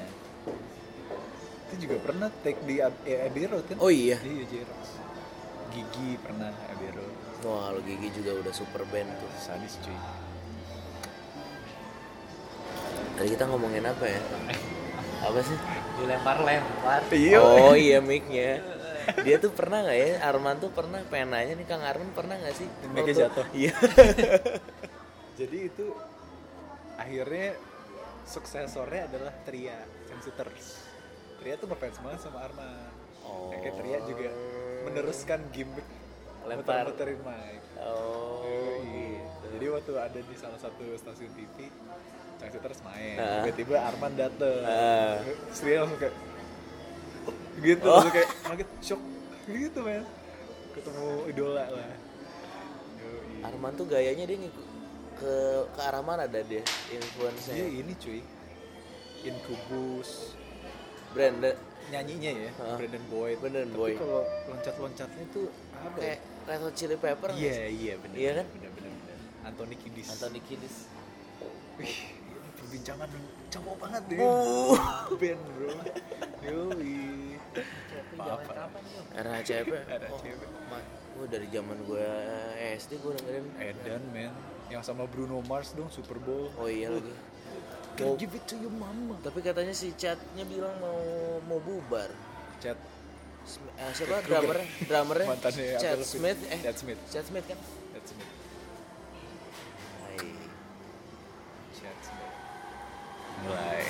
[SPEAKER 2] itu juga pernah take di Ab- eh, Abbey Road kan
[SPEAKER 1] oh iya
[SPEAKER 2] iya Jerox Gigi pernah Abbey Road
[SPEAKER 1] wah lo Gigi juga udah super band tuh
[SPEAKER 2] sadis cuy
[SPEAKER 1] tadi kita ngomongin apa ya apa sih
[SPEAKER 3] dilempar-lempar.
[SPEAKER 1] oh iya mic-nya dia tuh pernah nggak ya Arman tuh pernah pengen nanya nih Kang Arman pernah nggak sih
[SPEAKER 2] Mic-nya
[SPEAKER 1] waktu-
[SPEAKER 2] jatuh.
[SPEAKER 1] iya
[SPEAKER 2] jadi itu akhirnya suksesornya adalah Tria Sensitors Tria tuh ngefans banget sama Arma
[SPEAKER 1] Oh.
[SPEAKER 2] kayak Tria juga meneruskan gimmick
[SPEAKER 3] Lempar.
[SPEAKER 2] muter-muterin mic
[SPEAKER 1] oh
[SPEAKER 2] Yoi. jadi waktu ada di salah satu stasiun TV Sensitors main
[SPEAKER 1] Ah.
[SPEAKER 2] tiba-tiba Arman dateng
[SPEAKER 1] Ah.
[SPEAKER 2] Terus Tria langsung kayak gitu
[SPEAKER 1] Oh.
[SPEAKER 2] langsung kayak kaget shock gitu men ketemu idola lah Yoi.
[SPEAKER 1] Arman tuh gayanya dia ngikut ke ke arah mana ada dia
[SPEAKER 2] Dia
[SPEAKER 1] influencer
[SPEAKER 2] ini cuy Incubus
[SPEAKER 1] brand da-
[SPEAKER 2] Nyanyinya ya
[SPEAKER 1] Hah?
[SPEAKER 2] Brandon Boyd
[SPEAKER 1] Ah. Brandon
[SPEAKER 2] Tapi
[SPEAKER 1] Boyd.
[SPEAKER 2] kalau loncat-loncatnya tuh apa ya?
[SPEAKER 1] kayak Red Hot Chili Pepper nggak
[SPEAKER 2] Iya
[SPEAKER 1] sih?
[SPEAKER 2] iya bener
[SPEAKER 1] Iya kan?
[SPEAKER 2] bener, bener, bener. Anthony Kiddis
[SPEAKER 3] Anthony Kiddis.
[SPEAKER 2] Wih ini perbincangan yang cowok banget deh
[SPEAKER 1] Oh.
[SPEAKER 2] Ben bro Yoi Maaf Pak.
[SPEAKER 1] RHCP oh,
[SPEAKER 2] RHCP.
[SPEAKER 1] ma- gua dari zaman gue SD gue dengerin
[SPEAKER 2] Edan men Yang sama Bruno Mars dong Super Bowl
[SPEAKER 1] oh iya lagi
[SPEAKER 2] Can give it to your mama
[SPEAKER 1] tapi katanya si chatnya bilang mau mau bubar
[SPEAKER 2] Chat
[SPEAKER 1] Sm- eh, siapa drummernya drummernya
[SPEAKER 2] Mantannya Avril
[SPEAKER 1] Chad
[SPEAKER 2] Lavigne.
[SPEAKER 1] Smith eh
[SPEAKER 2] Chad Smith.
[SPEAKER 1] Chad Smith kan
[SPEAKER 2] That's me
[SPEAKER 1] Hai.
[SPEAKER 2] Chat Mulai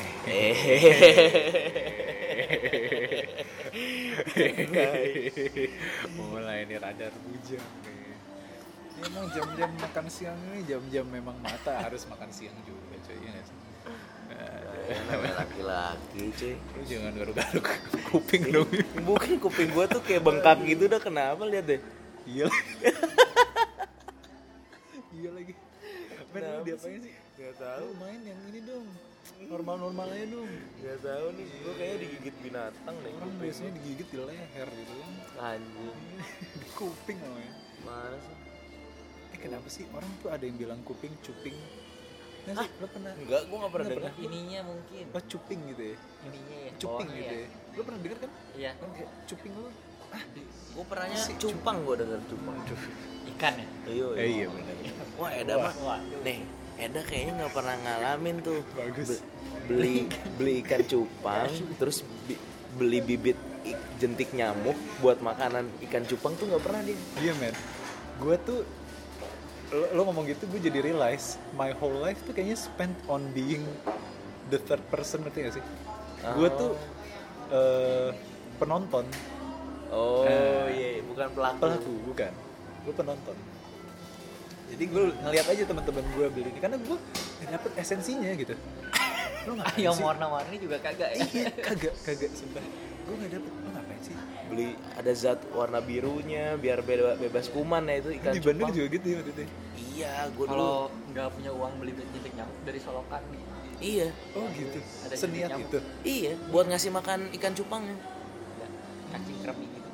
[SPEAKER 1] Eh.
[SPEAKER 2] mulai ini radar bujang nih Ini emang jam-jam makan siang ini jam-jam memang mata harus makan siang juga cuy ya nggak sih?
[SPEAKER 1] Ya, namanya laki-laki cuy
[SPEAKER 2] lu jangan garuk-garuk kuping dong
[SPEAKER 1] Bukan kuping gua tuh kayak bengkak gitu dah kenapa lihat deh.
[SPEAKER 2] iya lagi iya lagi Men lu
[SPEAKER 1] Kenapa
[SPEAKER 2] diapain sih?
[SPEAKER 1] Gak
[SPEAKER 2] Lu
[SPEAKER 1] tahu,
[SPEAKER 2] main yang ini dong. Normal-normal aja dong.
[SPEAKER 1] gak tahu nih. Gue kayaknya digigit binatang deh.
[SPEAKER 2] Orang biasanya digigit di leher gitu kan.
[SPEAKER 1] Anjing,
[SPEAKER 2] di kuping namanya.
[SPEAKER 1] mana sih?
[SPEAKER 2] Eh kenapa sih orang tuh ada yang bilang kuping cuping? Nah, sih, lo pernah
[SPEAKER 1] Enggak, gue gak pernah
[SPEAKER 2] Nggak
[SPEAKER 1] dengar.
[SPEAKER 3] ininya mungkin
[SPEAKER 2] lo cuping gitu ya?
[SPEAKER 3] ininya ya
[SPEAKER 2] Cuping
[SPEAKER 3] bawahnya
[SPEAKER 2] gitu ya. Lo pernah dengar kan?
[SPEAKER 3] iya
[SPEAKER 2] Kan kayak cuping lo. Ah,
[SPEAKER 1] Gue pernahnya
[SPEAKER 2] Si
[SPEAKER 1] cupang gue dengar cupang.
[SPEAKER 3] ikan ya
[SPEAKER 1] Iya,
[SPEAKER 2] Eh, iya benar.
[SPEAKER 1] Wah, Eda mah. Nih, Eda kayaknya nggak pernah ngalamin tuh.
[SPEAKER 2] Bagus.
[SPEAKER 1] Be- beli beli ikan cupang, terus bi- beli bibit i- jentik nyamuk buat makanan ikan cupang tuh nggak pernah dia.
[SPEAKER 2] Iya men. Gue tuh lo, lo ngomong gitu gue jadi realize my whole life tuh kayaknya spent on being the third person ngerti gak sih? Gue tuh eh, penonton
[SPEAKER 1] Oh,
[SPEAKER 2] Eh,
[SPEAKER 1] iya, bukan pelaku.
[SPEAKER 2] pelaku bukan gue penonton jadi gue ngeliat aja teman-teman gue beli ini karena gue dapet esensinya gitu lo ngapain
[SPEAKER 3] yang
[SPEAKER 2] sih
[SPEAKER 3] warna-warni juga kagak ya
[SPEAKER 2] iya kagak kagak sumpah gue nggak dapet lo ngapain sih
[SPEAKER 1] Beli ada zat warna birunya biar beba- bebas kuman ya itu ikan
[SPEAKER 2] di Bandung
[SPEAKER 1] cupang.
[SPEAKER 2] juga gitu ya waktu itu
[SPEAKER 1] Iya, gue dulu.
[SPEAKER 3] kalau nggak punya uang beli jentik nyamuk dari solokan
[SPEAKER 1] Iya,
[SPEAKER 2] oh gitu
[SPEAKER 3] Ada
[SPEAKER 2] seniat
[SPEAKER 3] nyamuk.
[SPEAKER 2] itu
[SPEAKER 1] iya, buat ngasih makan ikan cupang.
[SPEAKER 3] Ya, cacing kremi gitu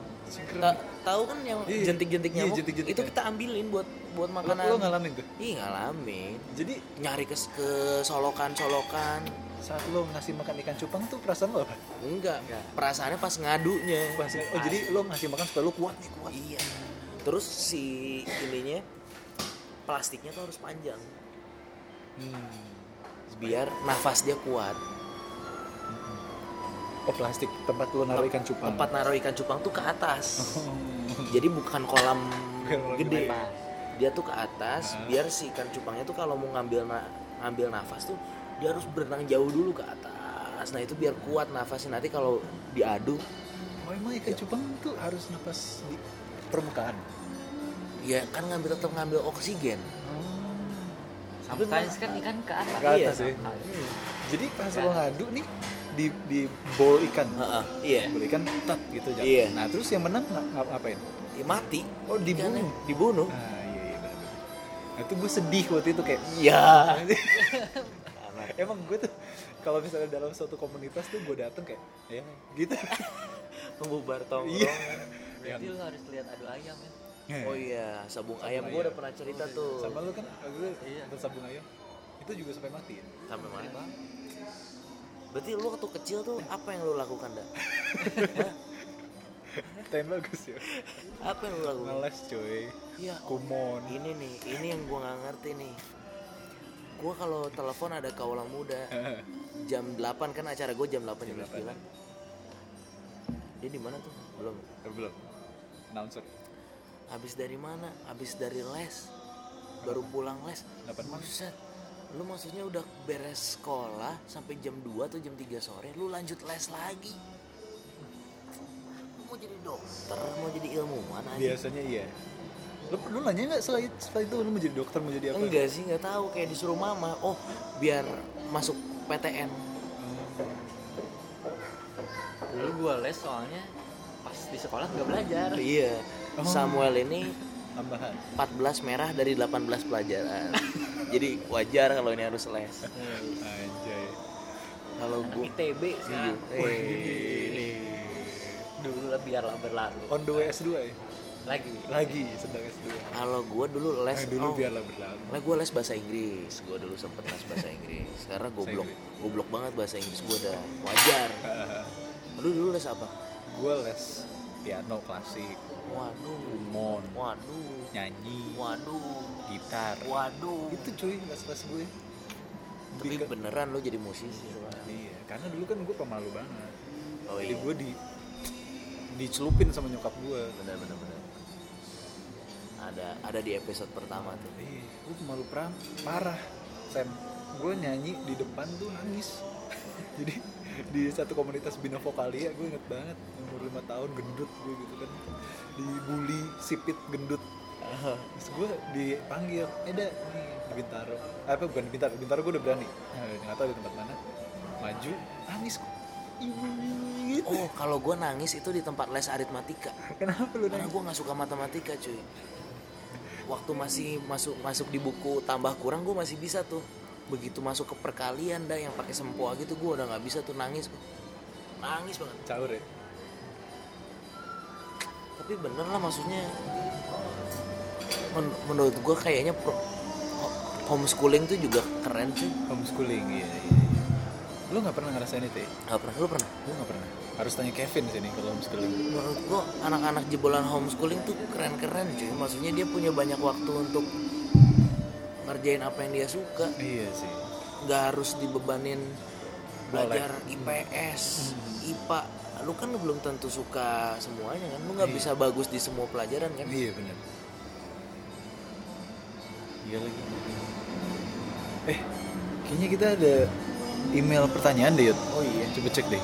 [SPEAKER 1] Ta- tahu kan yang
[SPEAKER 2] Iya, iya.
[SPEAKER 1] jentik-jentik
[SPEAKER 2] Iya,
[SPEAKER 1] nyamuk
[SPEAKER 2] jentik-jentik
[SPEAKER 1] itu
[SPEAKER 2] ya.
[SPEAKER 1] kita ambilin buat buat
[SPEAKER 2] lo,
[SPEAKER 1] makanan.
[SPEAKER 2] lo ngalamin tuh
[SPEAKER 1] Ih ngalamin
[SPEAKER 2] jadi
[SPEAKER 1] nyari ke, ke solokan solokan
[SPEAKER 2] saat lo ngasih makan ikan cupang tuh perasaan lo apa?
[SPEAKER 1] enggak
[SPEAKER 3] Enggak.
[SPEAKER 1] perasaannya pas ngadunya
[SPEAKER 2] Iya. Pas- oh jadi lo ngasih makan supaya lo kuat nih kuat
[SPEAKER 1] iya terus si ininya plastiknya tuh harus panjang
[SPEAKER 2] hmm.
[SPEAKER 1] biar nafas dia kuat
[SPEAKER 2] oh plastik tempat lo naruh ikan cupang
[SPEAKER 1] tempat naruh ikan cupang tuh ke atas
[SPEAKER 2] Hmm.
[SPEAKER 1] jadi bukan kolam
[SPEAKER 2] Bukan kolam
[SPEAKER 1] gede Nah.
[SPEAKER 2] gede.
[SPEAKER 1] dia tuh ke atas
[SPEAKER 2] Ah.
[SPEAKER 1] biar si ikan cupangnya tuh kalau mau ngambil na- ngambil nafas tuh dia harus berenang jauh dulu ke atas nah itu biar kuat nafasnya nanti kalau diadu
[SPEAKER 2] Oh emang ikan
[SPEAKER 1] Iya.
[SPEAKER 2] cupang tuh harus napas di permukaan?
[SPEAKER 1] ya kan ngambil tetap ngambil oksigen Oh.
[SPEAKER 3] sometimes kan ikan ke atas
[SPEAKER 2] Ke atas ya.
[SPEAKER 3] Iya.
[SPEAKER 2] Jadi pas lo ngadu nih di di bowl ikan,
[SPEAKER 1] Iya. Heeh, iya
[SPEAKER 2] bowl ikan tat gitu jatuh.
[SPEAKER 1] Iya.
[SPEAKER 2] Nah terus yang menang nga- ngap- ngapain?
[SPEAKER 1] Ya, mati
[SPEAKER 2] Oh dibunuh.
[SPEAKER 1] Ikannya dibunuh
[SPEAKER 2] Nah iya iya benar. Nah itu gue sedih waktu itu kayak
[SPEAKER 1] ya
[SPEAKER 2] Nah, emang gue tuh kalau misalnya dalam suatu komunitas tuh gue dateng kayak ya gitu.
[SPEAKER 1] pembubar tongkrong
[SPEAKER 2] Iya.
[SPEAKER 3] berarti lu harus lihat adu ayam ya
[SPEAKER 1] oh iya sabung ayam Oh, iya.
[SPEAKER 2] ayam.
[SPEAKER 1] gue udah pernah cerita tuh
[SPEAKER 2] Sama lu kan gue
[SPEAKER 3] Iya.
[SPEAKER 2] nonton sabung ayam itu juga sampai mati ya.
[SPEAKER 1] sampai mana berarti lu waktu kecil tuh apa yang lu lakukan dah
[SPEAKER 2] Time bagus ya.
[SPEAKER 1] apa yang lu lakukan
[SPEAKER 2] Ngeles coy.
[SPEAKER 1] iya oh,
[SPEAKER 2] Kumon.
[SPEAKER 1] ini nih ini yang gue nggak ngerti nih gue kalau telepon ada kaulah muda jam 8 kan acara gue jam 8 jam 9 dia di mana tuh belum
[SPEAKER 2] belum announcer
[SPEAKER 1] habis dari mana habis dari les baru pulang les
[SPEAKER 2] Delapan mana?
[SPEAKER 1] Buset. lu maksudnya udah beres sekolah sampai jam 2 atau jam 3 sore lu lanjut les lagi Lu mau jadi dokter mau jadi ilmuwan aja
[SPEAKER 2] biasanya iya lu lu nanya nggak setelah itu, setelah itu lu mau jadi dokter mau jadi apa
[SPEAKER 1] enggak sih nggak tahu kayak disuruh mama oh biar masuk PTN
[SPEAKER 3] dulu gua les soalnya pas di sekolah nggak belajar
[SPEAKER 1] iya
[SPEAKER 2] Oh.
[SPEAKER 1] Samuel ini
[SPEAKER 2] tambahan
[SPEAKER 1] 14 merah dari 18 pelajaran jadi wajar kalau ini harus les
[SPEAKER 2] anjay
[SPEAKER 1] kalau
[SPEAKER 3] anak
[SPEAKER 1] gue
[SPEAKER 3] ITB sekarang Iya.
[SPEAKER 1] Eh. Iya.
[SPEAKER 3] dulu lah biarlah berlalu
[SPEAKER 2] on the way S2 ya
[SPEAKER 3] lagi
[SPEAKER 2] lagi sedang S2
[SPEAKER 1] Kalau gue dulu les,
[SPEAKER 2] nah, dulu
[SPEAKER 1] oh,
[SPEAKER 2] biarlah berlalu
[SPEAKER 1] nah gue les bahasa Inggris. Gue dulu sempet les bahasa Inggris. Karena goblok, goblok banget bahasa Inggris gue udah wajar. Aduh dulu les apa?
[SPEAKER 2] gue les piano klasik
[SPEAKER 1] Waduh,
[SPEAKER 2] mon
[SPEAKER 1] waduh,
[SPEAKER 2] nyanyi
[SPEAKER 1] waduh,
[SPEAKER 2] gitar
[SPEAKER 1] waduh.
[SPEAKER 2] itu cuy les les gue
[SPEAKER 1] Tapi beneran lo jadi musisi.
[SPEAKER 2] iya karena dulu kan gue pemalu banget
[SPEAKER 1] Oh
[SPEAKER 2] jadi
[SPEAKER 1] iya,
[SPEAKER 2] gue di dicelupin sama nyokap gue
[SPEAKER 1] bener bener bener. Ada ada di episode pertama tuh.
[SPEAKER 2] Eh, gue malu pram parah Sam gue nyanyi di depan tuh nangis jadi di satu komunitas bina vokalia gue inget banget umur lima tahun gendut gue gitu kan dibully sipit gendut terus gue dipanggil ada nih di bintaro Eh, apa bukan di bintaro bintaro gue udah berani Eh, nggak tahu di tempat mana maju nangis ibu gitu
[SPEAKER 1] Oh kalau gue nangis itu di tempat les aritmatika.
[SPEAKER 2] kenapa lu
[SPEAKER 1] Karena
[SPEAKER 2] nangis
[SPEAKER 1] gue nggak suka matematika cuy. waktu masih masuk masuk di buku tambah kurang gue masih bisa tuh begitu masuk ke perkalian dah yang pakai sempoa gitu gue udah nggak bisa tuh nangis gua. nangis banget
[SPEAKER 2] caur ya
[SPEAKER 1] tapi bener lah maksudnya men- menurut gue kayaknya pro- ho- homeschooling tuh juga keren sih
[SPEAKER 2] homeschooling iya iya lu nggak pernah ngerasain itu ya?
[SPEAKER 1] nggak pernah lu pernah
[SPEAKER 2] lu nggak pernah harus tanya Kevin sini kalau homeschooling
[SPEAKER 1] menurut gue anak-anak jebolan homeschooling tuh keren-keren cuy maksudnya dia punya banyak waktu untuk ngerjain apa yang dia suka
[SPEAKER 2] iya sih
[SPEAKER 1] nggak harus dibebanin belajar IPS, IPA. Lu kan belum tentu suka semuanya kan. Lu nggak bisa bagus di semua pelajaran kan.
[SPEAKER 2] iya benar iya lagi eh kayaknya kita ada email pertanyaan deh Yud
[SPEAKER 3] oh iya
[SPEAKER 2] coba cek deh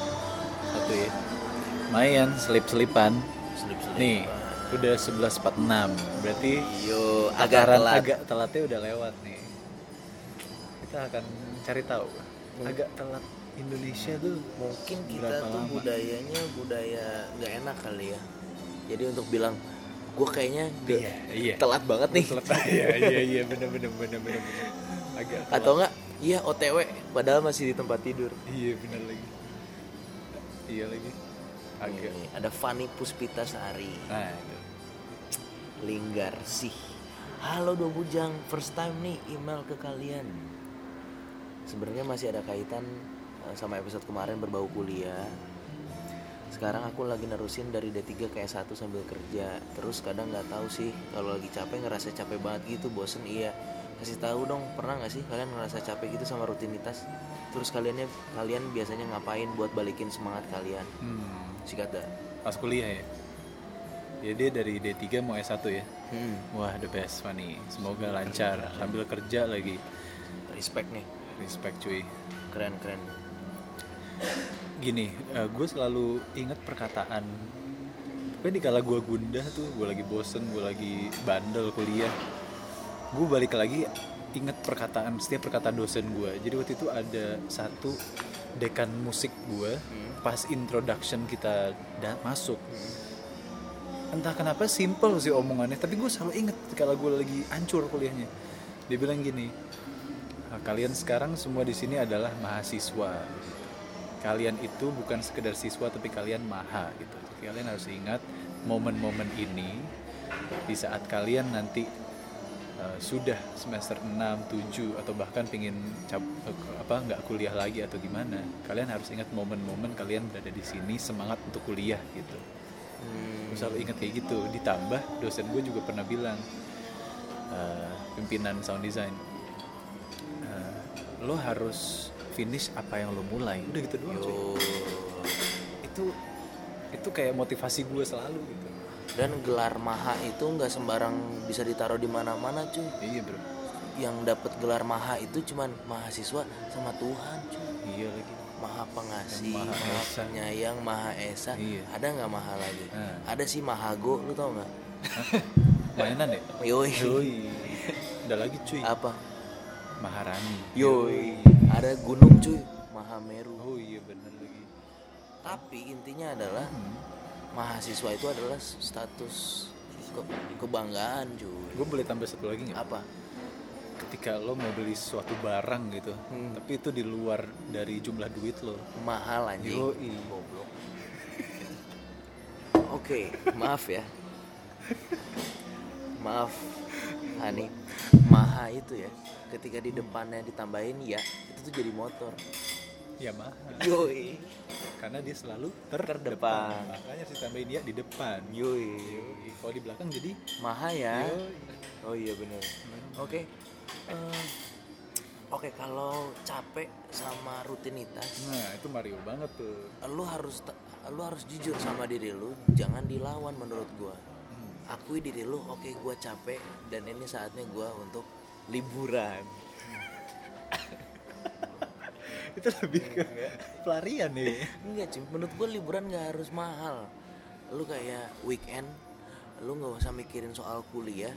[SPEAKER 2] satu ya lumayan selip selipan
[SPEAKER 1] Selip-selip.
[SPEAKER 2] nih udah 11.46 berarti
[SPEAKER 1] Yo,
[SPEAKER 2] takaran agak telatnya udah lewat nih kita akan cari tahu agak telat Indonesia tuh
[SPEAKER 1] Mungkin kita
[SPEAKER 2] Berapa
[SPEAKER 1] tuh
[SPEAKER 2] lama?
[SPEAKER 1] budayanya budaya nggak enak kali ya. Jadi untuk bilang gue kayaknya nggak-
[SPEAKER 2] Iya, iya.
[SPEAKER 1] telat banget nih.
[SPEAKER 2] telat iya iya iya bener bener bener bener bener. agak telat.
[SPEAKER 1] Atau enggak? Iya OTW padahal masih di tempat tidur.
[SPEAKER 2] iya bener lagi iya lagi agak
[SPEAKER 1] Ini Iya, ada Fani Puspita Sari.
[SPEAKER 2] nah itu
[SPEAKER 1] Linggar sih. Halo dua bujang, first time nih email ke kalian. Sebenarnya masih ada kaitan eh, sama episode kemarin berbau kuliah. Sekarang aku lagi nerusin dari D3 ke S1 sambil kerja. Terus kadang nggak tahu sih kalau lagi capek ngerasa capek banget gitu, bosen iya. Kasih tahu dong, pernah nggak sih kalian ngerasa capek gitu sama rutinitas? Terus kaliannya kalian biasanya ngapain buat balikin semangat kalian?
[SPEAKER 2] hmm,
[SPEAKER 1] Sikat dah.
[SPEAKER 2] pas kuliah ya ya dia dari D3 mau S1 ya
[SPEAKER 1] Hmm,
[SPEAKER 2] wah the best Fani semoga lancar sambil kerja lagi
[SPEAKER 1] respect nih.
[SPEAKER 2] respect cuy
[SPEAKER 1] Keren-keren.
[SPEAKER 2] gini gue selalu inget perkataan tapi di kala gue gundah tuh gue lagi bosen gue lagi bandel kuliah gue balik lagi inget perkataan setiap perkataan dosen gue jadi waktu itu ada satu dekan musik gue pas introduction kita da- masuk entah kenapa simple sih omongannya tapi gue selalu inget kalau gue lagi hancur kuliahnya dia bilang gini "Ah, kalian sekarang semua di sini adalah mahasiswa kalian itu bukan sekedar siswa tapi kalian maha gitu kalian harus ingat momen-momen ini di saat kalian nanti eh, sudah semester 6, 7 atau bahkan pingin cap, eh, apa nggak kuliah lagi atau gimana kalian harus ingat momen-momen kalian berada di sini semangat untuk kuliah gitu
[SPEAKER 1] Hmm.
[SPEAKER 2] Gue selalu inget kayak gitu ditambah dosen gue juga pernah bilang eh, pimpinan sound design eh, lo harus finish apa yang lo mulai udah gitu doang cuy.
[SPEAKER 1] Yo.
[SPEAKER 2] itu itu kayak motivasi gue selalu gitu
[SPEAKER 1] Dan gelar maha itu nggak sembarang bisa ditaruh di mana-mana cuy.
[SPEAKER 2] iya bro
[SPEAKER 1] Yang dapat gelar maha itu cuman mahasiswa sama Tuhan cuy.
[SPEAKER 2] iya lagi
[SPEAKER 1] Maha pengasih,
[SPEAKER 2] Yang
[SPEAKER 1] maha,
[SPEAKER 2] Maha Esa.
[SPEAKER 1] penyayang, maha esa.
[SPEAKER 2] Iya.
[SPEAKER 1] Ada nggak maha lagi?
[SPEAKER 2] Nah.
[SPEAKER 1] Ada sih mahago, lu tau nggak?
[SPEAKER 2] mainan ya
[SPEAKER 1] Yoi.
[SPEAKER 2] Yoi. Ah. ada lagi cuy
[SPEAKER 1] Apa?
[SPEAKER 2] Maharani
[SPEAKER 1] Yoi. Ada gunung cuy, maha meru.
[SPEAKER 2] oh iya bener lagi
[SPEAKER 1] Tapi intinya adalah
[SPEAKER 2] hmm.
[SPEAKER 1] mahasiswa itu adalah status ke- kebanggaan cuy.
[SPEAKER 2] gue boleh tambah satu lagi nggak
[SPEAKER 1] Apa?
[SPEAKER 2] ketika lo mau beli suatu barang gitu tapi itu di luar dari jumlah duit lo
[SPEAKER 1] Mahal anjing.
[SPEAKER 2] Yoi.
[SPEAKER 1] Goblok. Oke, maaf ya. Maaf, Hani. Maha itu ya, ketika di depannya ditambahin ya, itu tuh jadi motor.
[SPEAKER 2] ya mahal
[SPEAKER 1] Yoi,
[SPEAKER 2] karena dia selalu ter-
[SPEAKER 1] Terdepan.
[SPEAKER 2] makanya harus ditambahin ya di depan
[SPEAKER 1] yoi.
[SPEAKER 2] Yoi. kalau di belakang jadi
[SPEAKER 1] Maha ya.
[SPEAKER 2] Yoi.
[SPEAKER 1] Oh iya bener. Oke. eh, Oke, kalau capek sama rutinitas,
[SPEAKER 2] nah itu Mario banget tuh
[SPEAKER 1] lu harus ta- lu harus jujur sama diri lu, jangan dilawan menurut gua.
[SPEAKER 2] Hmm.
[SPEAKER 1] akui diri lu oke gue capek dan ini saatnya gue untuk liburan
[SPEAKER 2] itu lebih ke pelarian nih
[SPEAKER 1] enggak sih menurut gue liburan gak harus mahal lu kayak weekend lu nggak usah mikirin soal kuliah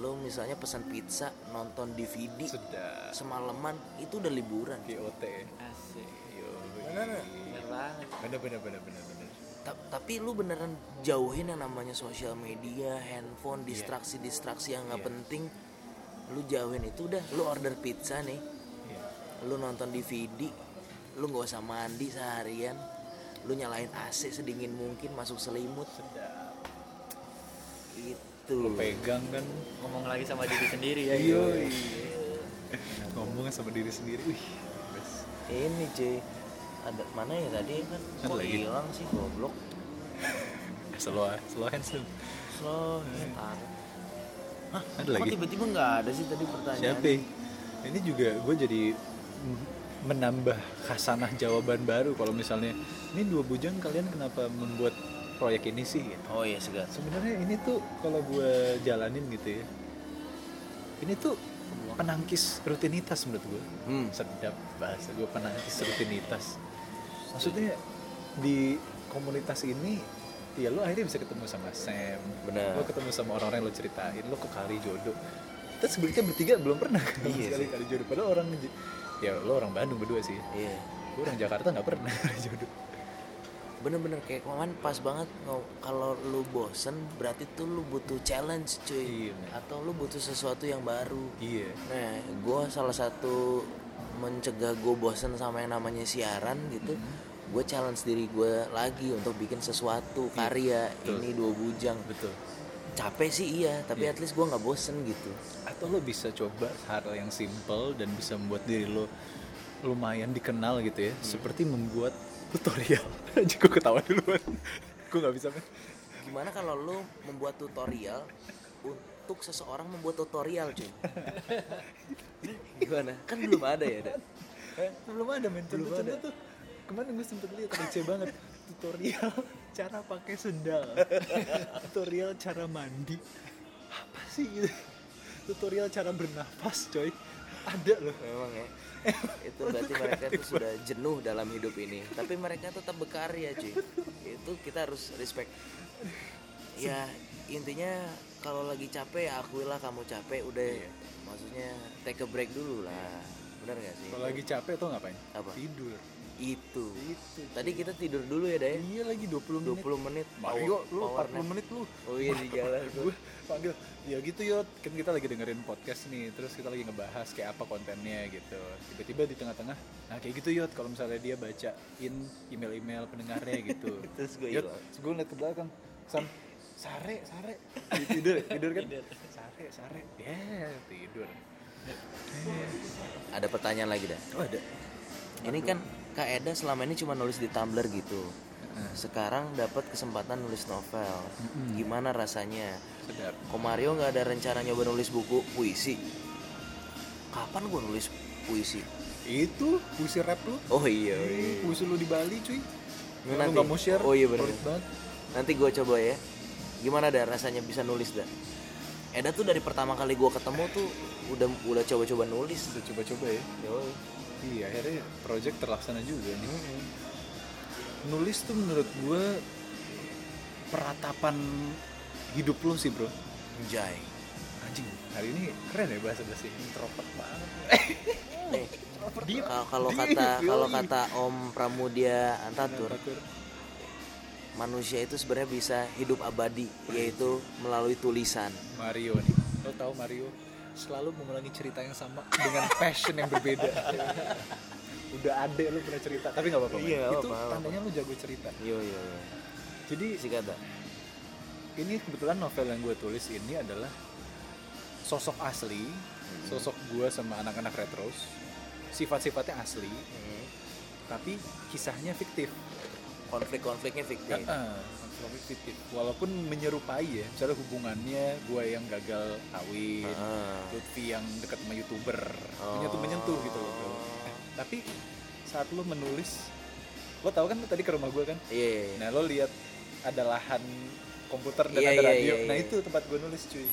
[SPEAKER 1] lu misalnya pesan pizza nonton DVD
[SPEAKER 2] sudah
[SPEAKER 1] semalaman itu udah liburan gitu.
[SPEAKER 2] GOT
[SPEAKER 3] asik
[SPEAKER 2] Yo.
[SPEAKER 3] bener banget
[SPEAKER 2] bener bener bener bener bener
[SPEAKER 1] Ta- tapi lu beneran jauhin yang namanya sosial media, handphone,
[SPEAKER 3] Iya.
[SPEAKER 1] distraksi-distraksi yang nggak
[SPEAKER 2] Iya.
[SPEAKER 1] penting. Lu jauhin itu udah. Lu order pizza nih,
[SPEAKER 2] Iya.
[SPEAKER 1] lu nonton DVD, lu nggak usah mandi seharian. Lu nyalain AC sedingin mungkin, masuk selimut. Gitu. Itu.
[SPEAKER 2] pegang kan
[SPEAKER 3] ngomong lagi sama diri sendiri
[SPEAKER 2] Iya,
[SPEAKER 3] ya gitu.
[SPEAKER 2] Yoi. ngomong sama diri sendiri wih best.
[SPEAKER 1] Ini cuy. Ada mana ya tadi kan?
[SPEAKER 2] Ada
[SPEAKER 1] Kok
[SPEAKER 2] lagi?
[SPEAKER 1] hilang sih goblok.
[SPEAKER 2] Eh, slow slow handsome
[SPEAKER 1] Slow, ya, ntar.
[SPEAKER 2] Hah, ada
[SPEAKER 1] Kok
[SPEAKER 2] lagi
[SPEAKER 1] tiba-tiba nggak ada sih tadi pertanyaan?
[SPEAKER 2] siapa ya? ini juga gue jadi m- menambah khasanah jawaban baru kalau misalnya ini dua bujang kalian kenapa membuat proyek ini sih gitu.
[SPEAKER 1] Oh iya segar.
[SPEAKER 2] sebenarnya ini tuh kalau gue jalanin gitu ya ini tuh penangkis rutinitas menurut gue
[SPEAKER 1] Hmm.
[SPEAKER 2] sedap bahasa gue penangkis rutinitas maksudnya di komunitas ini ya lo akhirnya bisa ketemu sama Sam
[SPEAKER 1] Benar.
[SPEAKER 2] lo ketemu sama orang-orang yang lo ceritain lo ke kali jodoh terus kita bertiga belum pernah ketemu
[SPEAKER 1] Iya
[SPEAKER 2] sekali
[SPEAKER 1] sih.
[SPEAKER 2] kali jodoh padahal orang ya lo orang Bandung berdua sih
[SPEAKER 1] Iya.
[SPEAKER 2] gue orang Jakarta nggak pernah kali jodoh
[SPEAKER 1] Bener-bener kayak kemarin pas banget ngo- kalau lu bosen berarti tuh lu butuh challenge cuy
[SPEAKER 2] Iya, bener.
[SPEAKER 1] atau lu butuh sesuatu yang baru.
[SPEAKER 2] iya
[SPEAKER 1] Nah, gue salah satu mencegah gue bosen sama yang namanya siaran gitu. Gue challenge diri gue lagi untuk bikin sesuatu karya
[SPEAKER 2] betul.
[SPEAKER 1] ini dua bujang.
[SPEAKER 2] betul
[SPEAKER 1] Capek sih iya, tapi
[SPEAKER 2] Iya.
[SPEAKER 1] at least gue nggak bosen gitu.
[SPEAKER 2] atau lo bisa coba hal yang simple dan bisa membuat diri lo lumayan dikenal gitu
[SPEAKER 1] Hmm.
[SPEAKER 2] ya seperti membuat tutorial aja gue ketawa duluan gue nggak bisa men.
[SPEAKER 1] Gimana kalau lu membuat tutorial untuk seseorang membuat tutorial cuy? Gimana? Kan belum ada ya, Da?
[SPEAKER 2] Eh, belum ada men contoh contoh tuh kemarin gue sempet lihat receh banget tutorial cara pakai sendal tutorial cara mandi apa sih gitu tutorial cara bernafas coy ada loh
[SPEAKER 1] Memang ya. Itu berarti mereka tuh sudah jenuh dalam hidup ini. Tapi mereka tetap berkarya, cuy. Itu kita harus respect. Ya, intinya kalau lagi capek, ya akuilah kamu capek. Udah, maksudnya take a break dulu lah. Bener gak sih?
[SPEAKER 2] kalau lagi capek tuh ngapain
[SPEAKER 1] Apa?
[SPEAKER 2] tidur
[SPEAKER 1] Itu. Tadi kita tidur dulu ya, Day.
[SPEAKER 2] iya lagi 20 menit
[SPEAKER 1] 20 menit.
[SPEAKER 2] Mario
[SPEAKER 1] power-
[SPEAKER 2] lu
[SPEAKER 1] power
[SPEAKER 2] 40
[SPEAKER 1] nap.
[SPEAKER 2] menit lu
[SPEAKER 1] Oh iya di jalan
[SPEAKER 2] gue Eh, panggil ya gitu yot kan kita lagi dengerin podcast nih terus kita lagi ngebahas kayak apa kontennya gitu tiba-tiba di tengah-tengah nah kayak gitu yot kalau misalnya dia bacain email-email pendengarnya gitu
[SPEAKER 1] Terus gue
[SPEAKER 2] yot
[SPEAKER 1] hilang.
[SPEAKER 2] terus gue ngeliat ke belakang sam sare sare tidur tidur kan sare sare ya tidur
[SPEAKER 1] Ada pertanyaan lagi, dah.
[SPEAKER 2] oh ada
[SPEAKER 1] Ini kan Kak Eda selama ini cuma nulis di Tumblr gitu. Sekarang dapat kesempatan nulis novel. Gimana rasanya?
[SPEAKER 2] sedap
[SPEAKER 1] Komario nggak ada rencana nyoba nulis buku puisi. Kapan gue nulis puisi?
[SPEAKER 2] itu puisi rap lu "Hmm,
[SPEAKER 1] Oh iya. iya.
[SPEAKER 2] puisi lu di Bali
[SPEAKER 1] Lu
[SPEAKER 2] cuy Lu
[SPEAKER 1] nanti-
[SPEAKER 2] nggak mau share
[SPEAKER 1] oh iya bener.
[SPEAKER 2] pelit banget
[SPEAKER 1] Nanti gue coba ya. Gimana dah rasanya bisa nulis dah? Eda tuh dari pertama kali gue ketemu tuh udah udah coba-coba nulis.
[SPEAKER 2] Udah coba-coba ya Iya, akhirnya project terlaksana juga nih. Nulis tuh menurut gue peratapan hidup lo sih bro.
[SPEAKER 1] Anjay.
[SPEAKER 2] Anjing, hari ini keren ya Eh, bahasa bahasa introvert banget.
[SPEAKER 1] Nih, kalau- kalau kata kalau kata Om Pramudia Antatur,
[SPEAKER 2] Batur.
[SPEAKER 1] manusia itu sebenarnya bisa hidup abadi yaitu melalui tulisan
[SPEAKER 2] Mario nih, lo tau Mario selalu mengulangi cerita yang sama dengan passion yang berbeda. Udah ada lo pernah cerita, tapi nggak apa-apa.
[SPEAKER 1] Iya,
[SPEAKER 2] men.
[SPEAKER 1] nggak
[SPEAKER 2] Itu
[SPEAKER 1] apa-apa.
[SPEAKER 2] tandanya lo jago cerita.
[SPEAKER 1] iya iya
[SPEAKER 2] Jadi
[SPEAKER 1] isi kata
[SPEAKER 2] ini kebetulan novel yang gue tulis ini adalah sosok asli,
[SPEAKER 1] Hmm.
[SPEAKER 2] sosok gue sama anak-anak retros, sifat-sifatnya asli, tapi kisahnya fiktif.
[SPEAKER 1] konflik-konfliknya fiktif
[SPEAKER 2] Heeh, konflik fiktif. Walaupun menyerupai ya, misalnya hubungannya gue yang gagal kawin,
[SPEAKER 1] Ah.
[SPEAKER 2] Lutfi yang dekat sama youtuber,
[SPEAKER 1] Oh.
[SPEAKER 2] menyentuh menyentuh gitu loh. bro. Eh, Tapi saat lo menulis, lo tau kan lo tadi ke rumah gue kan?
[SPEAKER 1] iya iya, iya.
[SPEAKER 2] Nah lo lihat ada lahan komputer
[SPEAKER 1] Iya,
[SPEAKER 2] dan ada
[SPEAKER 1] iya, iya,
[SPEAKER 2] radio.
[SPEAKER 1] iya.
[SPEAKER 2] Nah itu tempat gue nulis cuy.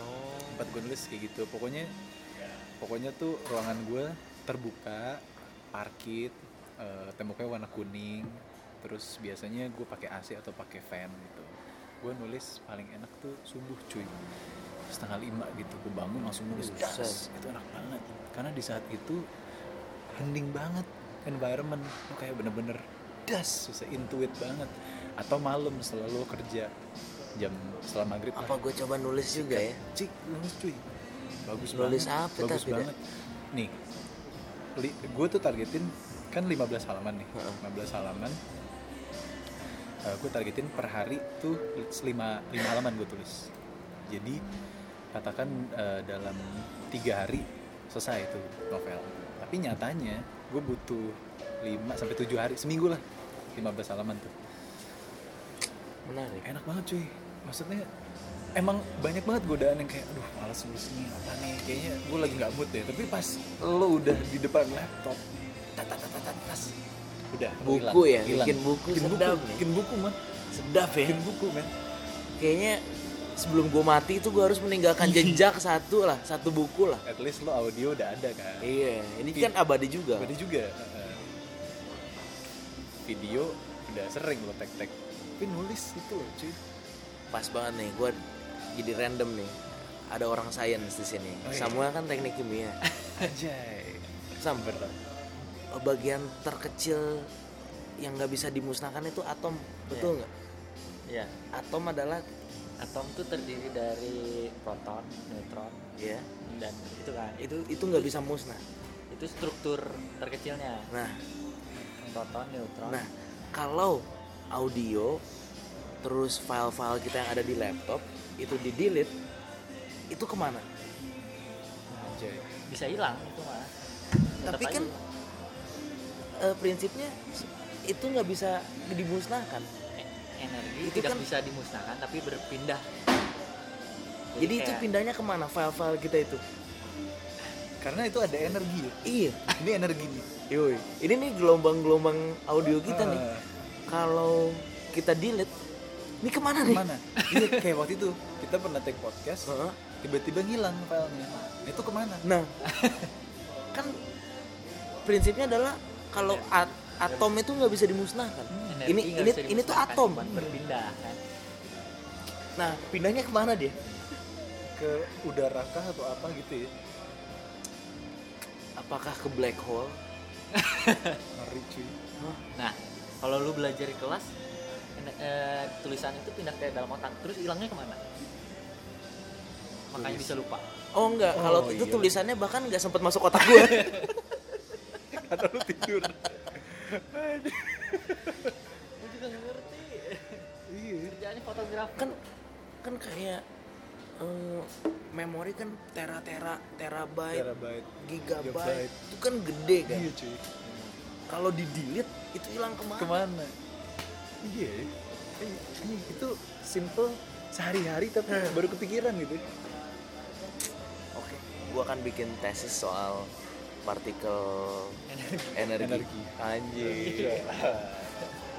[SPEAKER 1] oh
[SPEAKER 2] Tempat gue nulis kayak gitu. Pokoknya pokoknya tuh ruangan gue terbuka, parkit, eh, temboknya warna kuning. Terus biasanya gue pakai AC atau pakai fan gitu. Gue nulis paling enak tuh subuh cuy setengah lima gitu gue bangun langsung nulis
[SPEAKER 1] Buset.
[SPEAKER 2] "Das, itu enak banget karena di saat itu hening banget environment lu kayak bener-bener das susah intuit banget atau malam setelah lu kerja jam setelah maghrib
[SPEAKER 1] Apa
[SPEAKER 2] lah.
[SPEAKER 1] gue coba nulis juga ya?
[SPEAKER 2] cik nulis cuy bagus
[SPEAKER 1] Nulis
[SPEAKER 2] banget
[SPEAKER 1] apa
[SPEAKER 2] bagus
[SPEAKER 1] tapi, Dak?
[SPEAKER 2] banget nih gue tuh targetin kan 15 halaman nih 15 halaman gue targetin per hari tuh 5, halaman gue tulis jadi katakan eh, dalam tiga hari selesai itu novel tapi nyatanya gue butuh 5 sampai 7 hari seminggu lah 15 halaman tuh
[SPEAKER 1] Menarik.
[SPEAKER 2] enak banget cuy maksudnya emang banyak banget godaan yang kayak aduh malas nulis nih apa nih kayaknya gue lagi nggak mood deh tapi pas lo udah di depan laptop tat tat tat tat tas udah lo
[SPEAKER 1] Buku ya,
[SPEAKER 2] hilang, hilang.
[SPEAKER 1] bikin buku sedap nih.
[SPEAKER 2] bikin buku man
[SPEAKER 1] Sedap ya.
[SPEAKER 2] bikin buku man
[SPEAKER 1] Kayaknya sebelum gue mati itu gue harus meninggalkan jejak satu lah, satu buku lah.
[SPEAKER 2] at least lo audio udah ada kan
[SPEAKER 1] Iya, ini kan abadi juga.
[SPEAKER 2] Beda juga heeh. video udah sering lo tek tek tapi nulis itu loh cuy
[SPEAKER 1] Pas banget nih, gue jadi random nih. Ada orang sains di sini.
[SPEAKER 2] Oh, iya.
[SPEAKER 1] Samuel kan teknik kimia.
[SPEAKER 2] ajay
[SPEAKER 1] Sam,
[SPEAKER 2] berat
[SPEAKER 1] Eh, bagian terkecil yang nggak bisa dimusnahkan itu atom, betul nggak?
[SPEAKER 3] Iya.
[SPEAKER 1] Atom adalah
[SPEAKER 3] Atom tuh terdiri dari proton, neutron,
[SPEAKER 2] Iya.
[SPEAKER 1] ya
[SPEAKER 3] dan itu kan.
[SPEAKER 1] itu itu nggak bisa musnah.
[SPEAKER 3] Itu struktur terkecilnya.
[SPEAKER 1] Nah,
[SPEAKER 3] Proton, neutron.
[SPEAKER 1] Nah, kalau audio terus file-file kita yang ada di laptop itu di delete, itu kemana?
[SPEAKER 2] ajay
[SPEAKER 3] bisa hilang itu mah. Tetap
[SPEAKER 1] Tapi
[SPEAKER 3] aja.
[SPEAKER 1] kan eh, prinsipnya itu nggak bisa dimusnahkan.
[SPEAKER 3] E- energi
[SPEAKER 1] itu
[SPEAKER 3] tidak
[SPEAKER 1] kan-
[SPEAKER 3] bisa dimusnahkan tapi berpindah.
[SPEAKER 1] Jadi, itu
[SPEAKER 3] kayak-
[SPEAKER 1] pindahnya kemana file-file kita itu?
[SPEAKER 2] karena itu ada energi ya
[SPEAKER 1] Iya.
[SPEAKER 2] ini energi nih
[SPEAKER 1] Yoi. Ini nih gelombang-gelombang audio kita nih.
[SPEAKER 2] Ah.
[SPEAKER 1] Kalau kita delete, ini kemana nih?
[SPEAKER 2] kemana? Iya, kayak waktu itu kita pernah take podcast,
[SPEAKER 1] Heeh.
[SPEAKER 2] tiba-tiba ngilang filenya. Itu kemana?
[SPEAKER 1] Nah, kan prinsipnya adalah kalau at- atom itu nggak bisa dimusnahkan.
[SPEAKER 3] Hmm, energi
[SPEAKER 1] Ini
[SPEAKER 3] nggak
[SPEAKER 1] ini
[SPEAKER 3] bisa
[SPEAKER 1] ini tuh
[SPEAKER 3] dimusnahkan,
[SPEAKER 1] atom.
[SPEAKER 3] cuman berpindah kan.
[SPEAKER 1] Nah, pindahnya kemana dia?
[SPEAKER 2] Ke udara kah atau apa gitu ya?
[SPEAKER 1] Apakah ke black hole?
[SPEAKER 2] Ngeri cuy.
[SPEAKER 1] Hah?
[SPEAKER 3] Nah, kalau lu belajar di kelas en- eh, tulisan itu pindah ke dalam otak, terus hilangnya kemana? Makanya bisa lupa.
[SPEAKER 1] Oh enggak,
[SPEAKER 2] Oh,
[SPEAKER 1] kalau itu
[SPEAKER 2] iya.
[SPEAKER 1] tulisannya bahkan nggak sempat masuk otak gue.
[SPEAKER 2] Atau lu tidur?
[SPEAKER 3] Gue juga nggak ngerti.
[SPEAKER 2] iya.
[SPEAKER 3] Kerjaannya fotografer.
[SPEAKER 1] kan kan kayak eh, memori kan tera tera terabyte,
[SPEAKER 2] Terabyte.
[SPEAKER 1] gigabyte
[SPEAKER 2] Gigabyte.
[SPEAKER 1] itu kan gede kan.
[SPEAKER 2] Iya cuy.
[SPEAKER 1] Kalau di delete itu hilang kemana?
[SPEAKER 2] Kemana? Iya. ya. Iya, Ini itu simple sehari-hari tapi baru kepikiran gitu.
[SPEAKER 1] Oke, gue akan bikin tesis soal partikel
[SPEAKER 3] Energi.
[SPEAKER 1] energi,
[SPEAKER 2] Energi. Iya.
[SPEAKER 1] anjir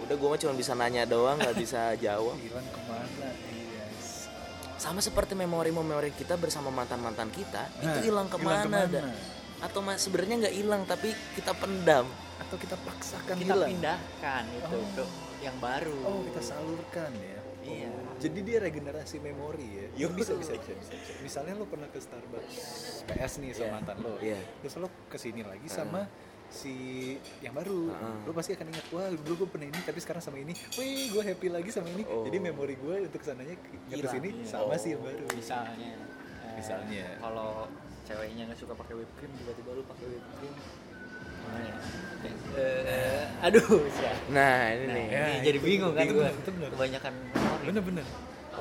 [SPEAKER 1] udah gue mah cuma bisa nanya doang nggak bisa jawab
[SPEAKER 2] Hilang kemana? Iya.
[SPEAKER 1] sama seperti memori-memori kita bersama mantan-mantan kita itu
[SPEAKER 2] Nah,
[SPEAKER 1] hilang
[SPEAKER 2] hilang
[SPEAKER 1] kemana,
[SPEAKER 2] kemana?
[SPEAKER 1] Dan? atau mas sebenarnya nggak hilang tapi kita pendam
[SPEAKER 2] Atau kita paksakan
[SPEAKER 3] kita
[SPEAKER 2] hilang.
[SPEAKER 3] pindahkan itu
[SPEAKER 2] Oh.
[SPEAKER 3] ke yang baru.
[SPEAKER 2] Oh, kita salurkan ya.
[SPEAKER 3] Iya.
[SPEAKER 2] Oh. Jadi dia regenerasi memori ya. Bisa, bisa, bisa, bisa, bisa. Misalnya lo pernah ke Starbucks PS nih sama mantan lo.
[SPEAKER 1] Iya. Ah.
[SPEAKER 2] Terus lo kesini lagi sama si yang baru.
[SPEAKER 1] Heeh.
[SPEAKER 2] Lo pasti akan ingat, wah dulu gue pernah ini tapi sekarang sama ini. Wih, gue happy lagi sama ini.
[SPEAKER 1] Oh.
[SPEAKER 2] Jadi memori gue untuk sananya ke
[SPEAKER 3] Hilang,
[SPEAKER 2] sini
[SPEAKER 3] iya.
[SPEAKER 2] sama
[SPEAKER 1] Oh.
[SPEAKER 2] si yang baru.
[SPEAKER 3] Misalnya. eh,
[SPEAKER 2] Misalnya.
[SPEAKER 3] Kalau ceweknya nggak suka pakai whipped cream, tiba-tiba lu pakai whipped cream. Gimana ya? Eh, eh, aduh, siap.
[SPEAKER 1] nah ini
[SPEAKER 3] Nah,
[SPEAKER 1] nih
[SPEAKER 2] Ya,
[SPEAKER 3] ini jadi
[SPEAKER 2] itu
[SPEAKER 3] bingung kan
[SPEAKER 2] bingung,
[SPEAKER 3] gue.
[SPEAKER 2] itu bener. Iya.
[SPEAKER 3] Kebanyakan memori.
[SPEAKER 2] Bener-bener.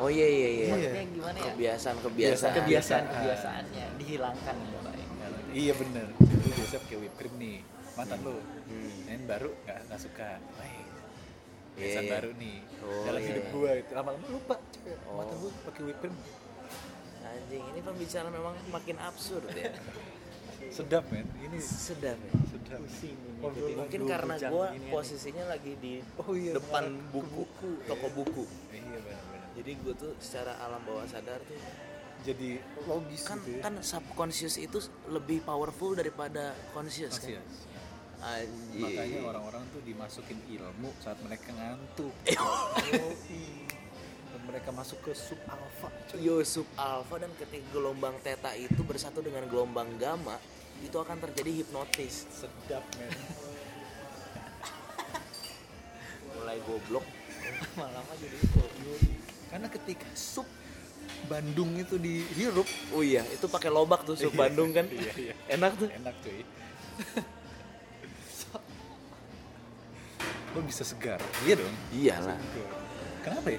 [SPEAKER 1] oh iya iya iya
[SPEAKER 3] Maksudnya gimana ya?
[SPEAKER 1] kebiasaan kebiasaan
[SPEAKER 3] kebiasaan
[SPEAKER 2] Ah.
[SPEAKER 3] kebiasaannya dihilangkan ya baik
[SPEAKER 2] Iya bener. Jadi lo biasa pakai whipped cream nih. Mantan lo.
[SPEAKER 1] Hmm.
[SPEAKER 2] Yang baru nggak nggak suka. Wih,
[SPEAKER 1] Iya,
[SPEAKER 2] Kebiasaan
[SPEAKER 1] iya.
[SPEAKER 2] baru nih
[SPEAKER 1] Oh,
[SPEAKER 2] dalam
[SPEAKER 1] iya,
[SPEAKER 2] hidup
[SPEAKER 1] iya.
[SPEAKER 2] gue gitu. lama-lama lupa cewek
[SPEAKER 1] Oh.
[SPEAKER 2] mata gue pakai whipped cream
[SPEAKER 1] anjing ini pembicaraan memang makin absurd ya
[SPEAKER 2] sedap men ini
[SPEAKER 1] sedap ya
[SPEAKER 2] sedap
[SPEAKER 3] Pusing ini
[SPEAKER 2] Obrolan
[SPEAKER 3] jadi.
[SPEAKER 1] mungkin
[SPEAKER 2] dua
[SPEAKER 1] karena
[SPEAKER 3] bujang
[SPEAKER 1] gue
[SPEAKER 3] gini nih.
[SPEAKER 1] posisinya lagi di
[SPEAKER 2] Oh ya. iya,
[SPEAKER 1] depan
[SPEAKER 2] mengarah ke
[SPEAKER 1] buku,
[SPEAKER 2] buku,
[SPEAKER 1] toko
[SPEAKER 2] iya.
[SPEAKER 1] buku
[SPEAKER 2] jam. iya benar-benar
[SPEAKER 1] jadi gue tuh secara alam bawah sadar tuh
[SPEAKER 2] jadi logis
[SPEAKER 1] kan
[SPEAKER 2] gitu ya
[SPEAKER 1] kan subconscious itu lebih powerful daripada conscious
[SPEAKER 2] Masih ya?
[SPEAKER 1] kan Iya. Anjir.
[SPEAKER 2] makanya orang-orang tuh dimasukin ilmu saat mereka ngantuk Yoi. Dan mereka masuk ke sub alpha cuy.
[SPEAKER 1] yo sub alpha dan ketika gelombang theta itu bersatu dengan gelombang gamma itu akan terjadi hipnotis
[SPEAKER 2] sedap men
[SPEAKER 1] mulai goblok
[SPEAKER 3] lama-lama jadi itu
[SPEAKER 2] Karena ketika sup Bandung itu dihirup,
[SPEAKER 1] Oh iya, itu pakai lobak tuh sup Bandung kan.
[SPEAKER 2] Iya, iya.
[SPEAKER 1] Enak tuh.
[SPEAKER 2] enak cuy. Lo bisa segar, iya dong.
[SPEAKER 1] Iyalah.
[SPEAKER 2] Kenapa ya?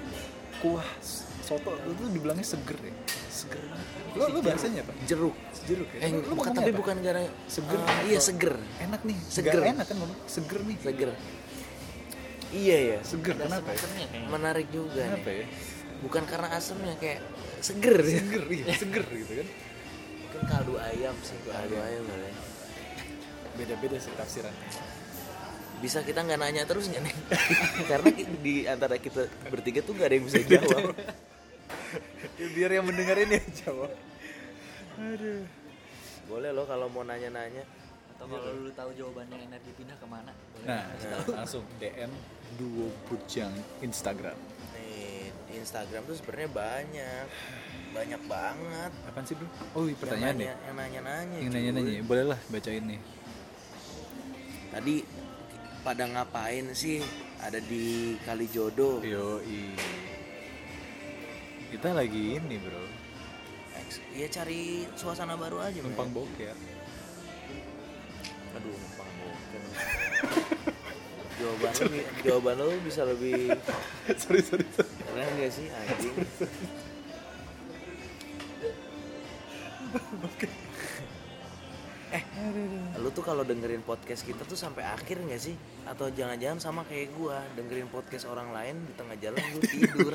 [SPEAKER 2] Kuah s- soto itu tuh dibilangnya seger ya. Seger banget. Lo, lo bahasanya apa?
[SPEAKER 1] Jeruk.
[SPEAKER 2] Jeruk ya?
[SPEAKER 1] Eh,
[SPEAKER 2] Lo- lo
[SPEAKER 1] bukan,
[SPEAKER 2] ngomongnya
[SPEAKER 1] tapi
[SPEAKER 2] apa?
[SPEAKER 1] bukan gara
[SPEAKER 2] Seger.
[SPEAKER 1] Ah, iya, seger.
[SPEAKER 2] Enak nih,
[SPEAKER 1] Seger.
[SPEAKER 2] Nggak Enak kan ngomong, seger nih.
[SPEAKER 1] Seger. Iya ya.
[SPEAKER 2] Seger, kenapa ya?
[SPEAKER 3] macamnya kayaknya
[SPEAKER 1] Menarik juga
[SPEAKER 2] Kenapa
[SPEAKER 1] nih.
[SPEAKER 2] ya?
[SPEAKER 1] Bukan karena asamnya kayak seger ya.
[SPEAKER 2] Seger, iya, seger gitu kan.
[SPEAKER 1] Mungkin kaldu ayam sih, kaldu ayam kali ya.
[SPEAKER 2] Beda-beda sih tafsirannya.
[SPEAKER 1] Bisa kita nggak nanya terus nggak nih? karena ki- di antara kita bertiga tuh nggak ada yang bisa jawab.
[SPEAKER 2] Ya, biar yang mendengar ini yang jawab. Aduh.
[SPEAKER 1] Boleh loh kalau mau nanya-nanya.
[SPEAKER 3] atau kalau lu tahu jawabannya energi pindah kemana boleh
[SPEAKER 2] Nah, langsung DM Duo Bujang Instagram.
[SPEAKER 1] Nih, di Instagram tuh sebenarnya banyak. Banyak banget.
[SPEAKER 2] Apaan sih, Bro? Oh, iya, pertanyaan
[SPEAKER 1] yang nanya,
[SPEAKER 2] ya.
[SPEAKER 1] yang nanya-nanya.
[SPEAKER 2] Yang
[SPEAKER 1] cuy.
[SPEAKER 2] nanya-nanya, ya? bolehlah bacain nih.
[SPEAKER 1] Tadi pada ngapain sih ada di Kalijodo?
[SPEAKER 2] Iya. Yoi. Kita lagi ini, Bro.
[SPEAKER 1] Eks- Ya cari suasana baru aja. men.
[SPEAKER 2] Numpang ya. boker.
[SPEAKER 1] Aduh, numpang boken. jawaban lu, jawaban lu bisa lebih
[SPEAKER 2] sorry, sorry, sorry.
[SPEAKER 1] keren gak sih anjing? eh, lu tuh kalau dengerin podcast kita tuh sampai akhir gak sih? Atau jangan-jangan sama kayak gua dengerin podcast orang lain di tengah jalan lu tidur?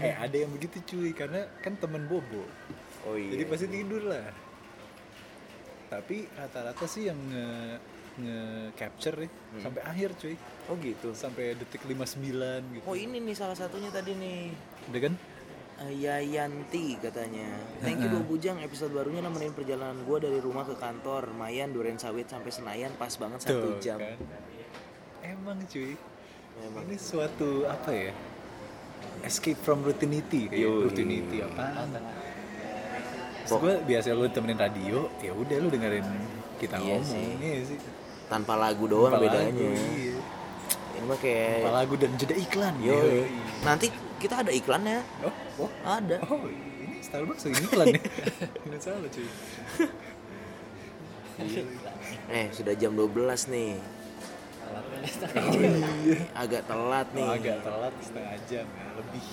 [SPEAKER 2] Eh, ada yang begitu cuy, karena kan temen bobo.
[SPEAKER 1] Oh iya.
[SPEAKER 2] Jadi pasti tidur lah. Tapi rata-rata sih yang nge, nge capture ya, sampai akhir cuy.
[SPEAKER 1] Hmm. Oh gitu.
[SPEAKER 2] Sampai detik 59 gitu.
[SPEAKER 1] Oh ini nih salah satunya tadi nih.
[SPEAKER 2] Udah kan?
[SPEAKER 1] Eh, Yayanti katanya. Thank you Bob Bujang episode barunya nemenin perjalanan gua dari rumah ke kantor Mayan Duren Sawit sampai Senayan pas banget satu
[SPEAKER 2] Tuh,
[SPEAKER 1] jam.
[SPEAKER 2] kan. Emang cuy.
[SPEAKER 1] Memang.
[SPEAKER 2] Ini suatu apa ya? Escape from routinity. kayak
[SPEAKER 1] Yoi.
[SPEAKER 2] Routinity apa? Gue biasa lu temenin radio, ya udah lu dengerin kita
[SPEAKER 1] Iya
[SPEAKER 2] ngomong.
[SPEAKER 1] sih.
[SPEAKER 2] Iya sih.
[SPEAKER 1] Tanpa lagu doang
[SPEAKER 2] Tanpa
[SPEAKER 1] bedanya. Eh.
[SPEAKER 2] lagu, iya.
[SPEAKER 1] Ini mah
[SPEAKER 2] Tanpa
[SPEAKER 1] kayak
[SPEAKER 2] lagu dan jeda iklan.
[SPEAKER 1] yo.
[SPEAKER 2] Yoi.
[SPEAKER 1] Nanti kita ada iklannya.
[SPEAKER 2] Oh, oh.
[SPEAKER 1] Ada.
[SPEAKER 2] Oh, ini Starbucks lagi iklan ya? Ini salah cuy.
[SPEAKER 1] Iya. Eh, sudah jam 12 nih.
[SPEAKER 2] Iya.
[SPEAKER 1] Agak telat nih.
[SPEAKER 2] Oh, agak telat setengah jam ya, lebih.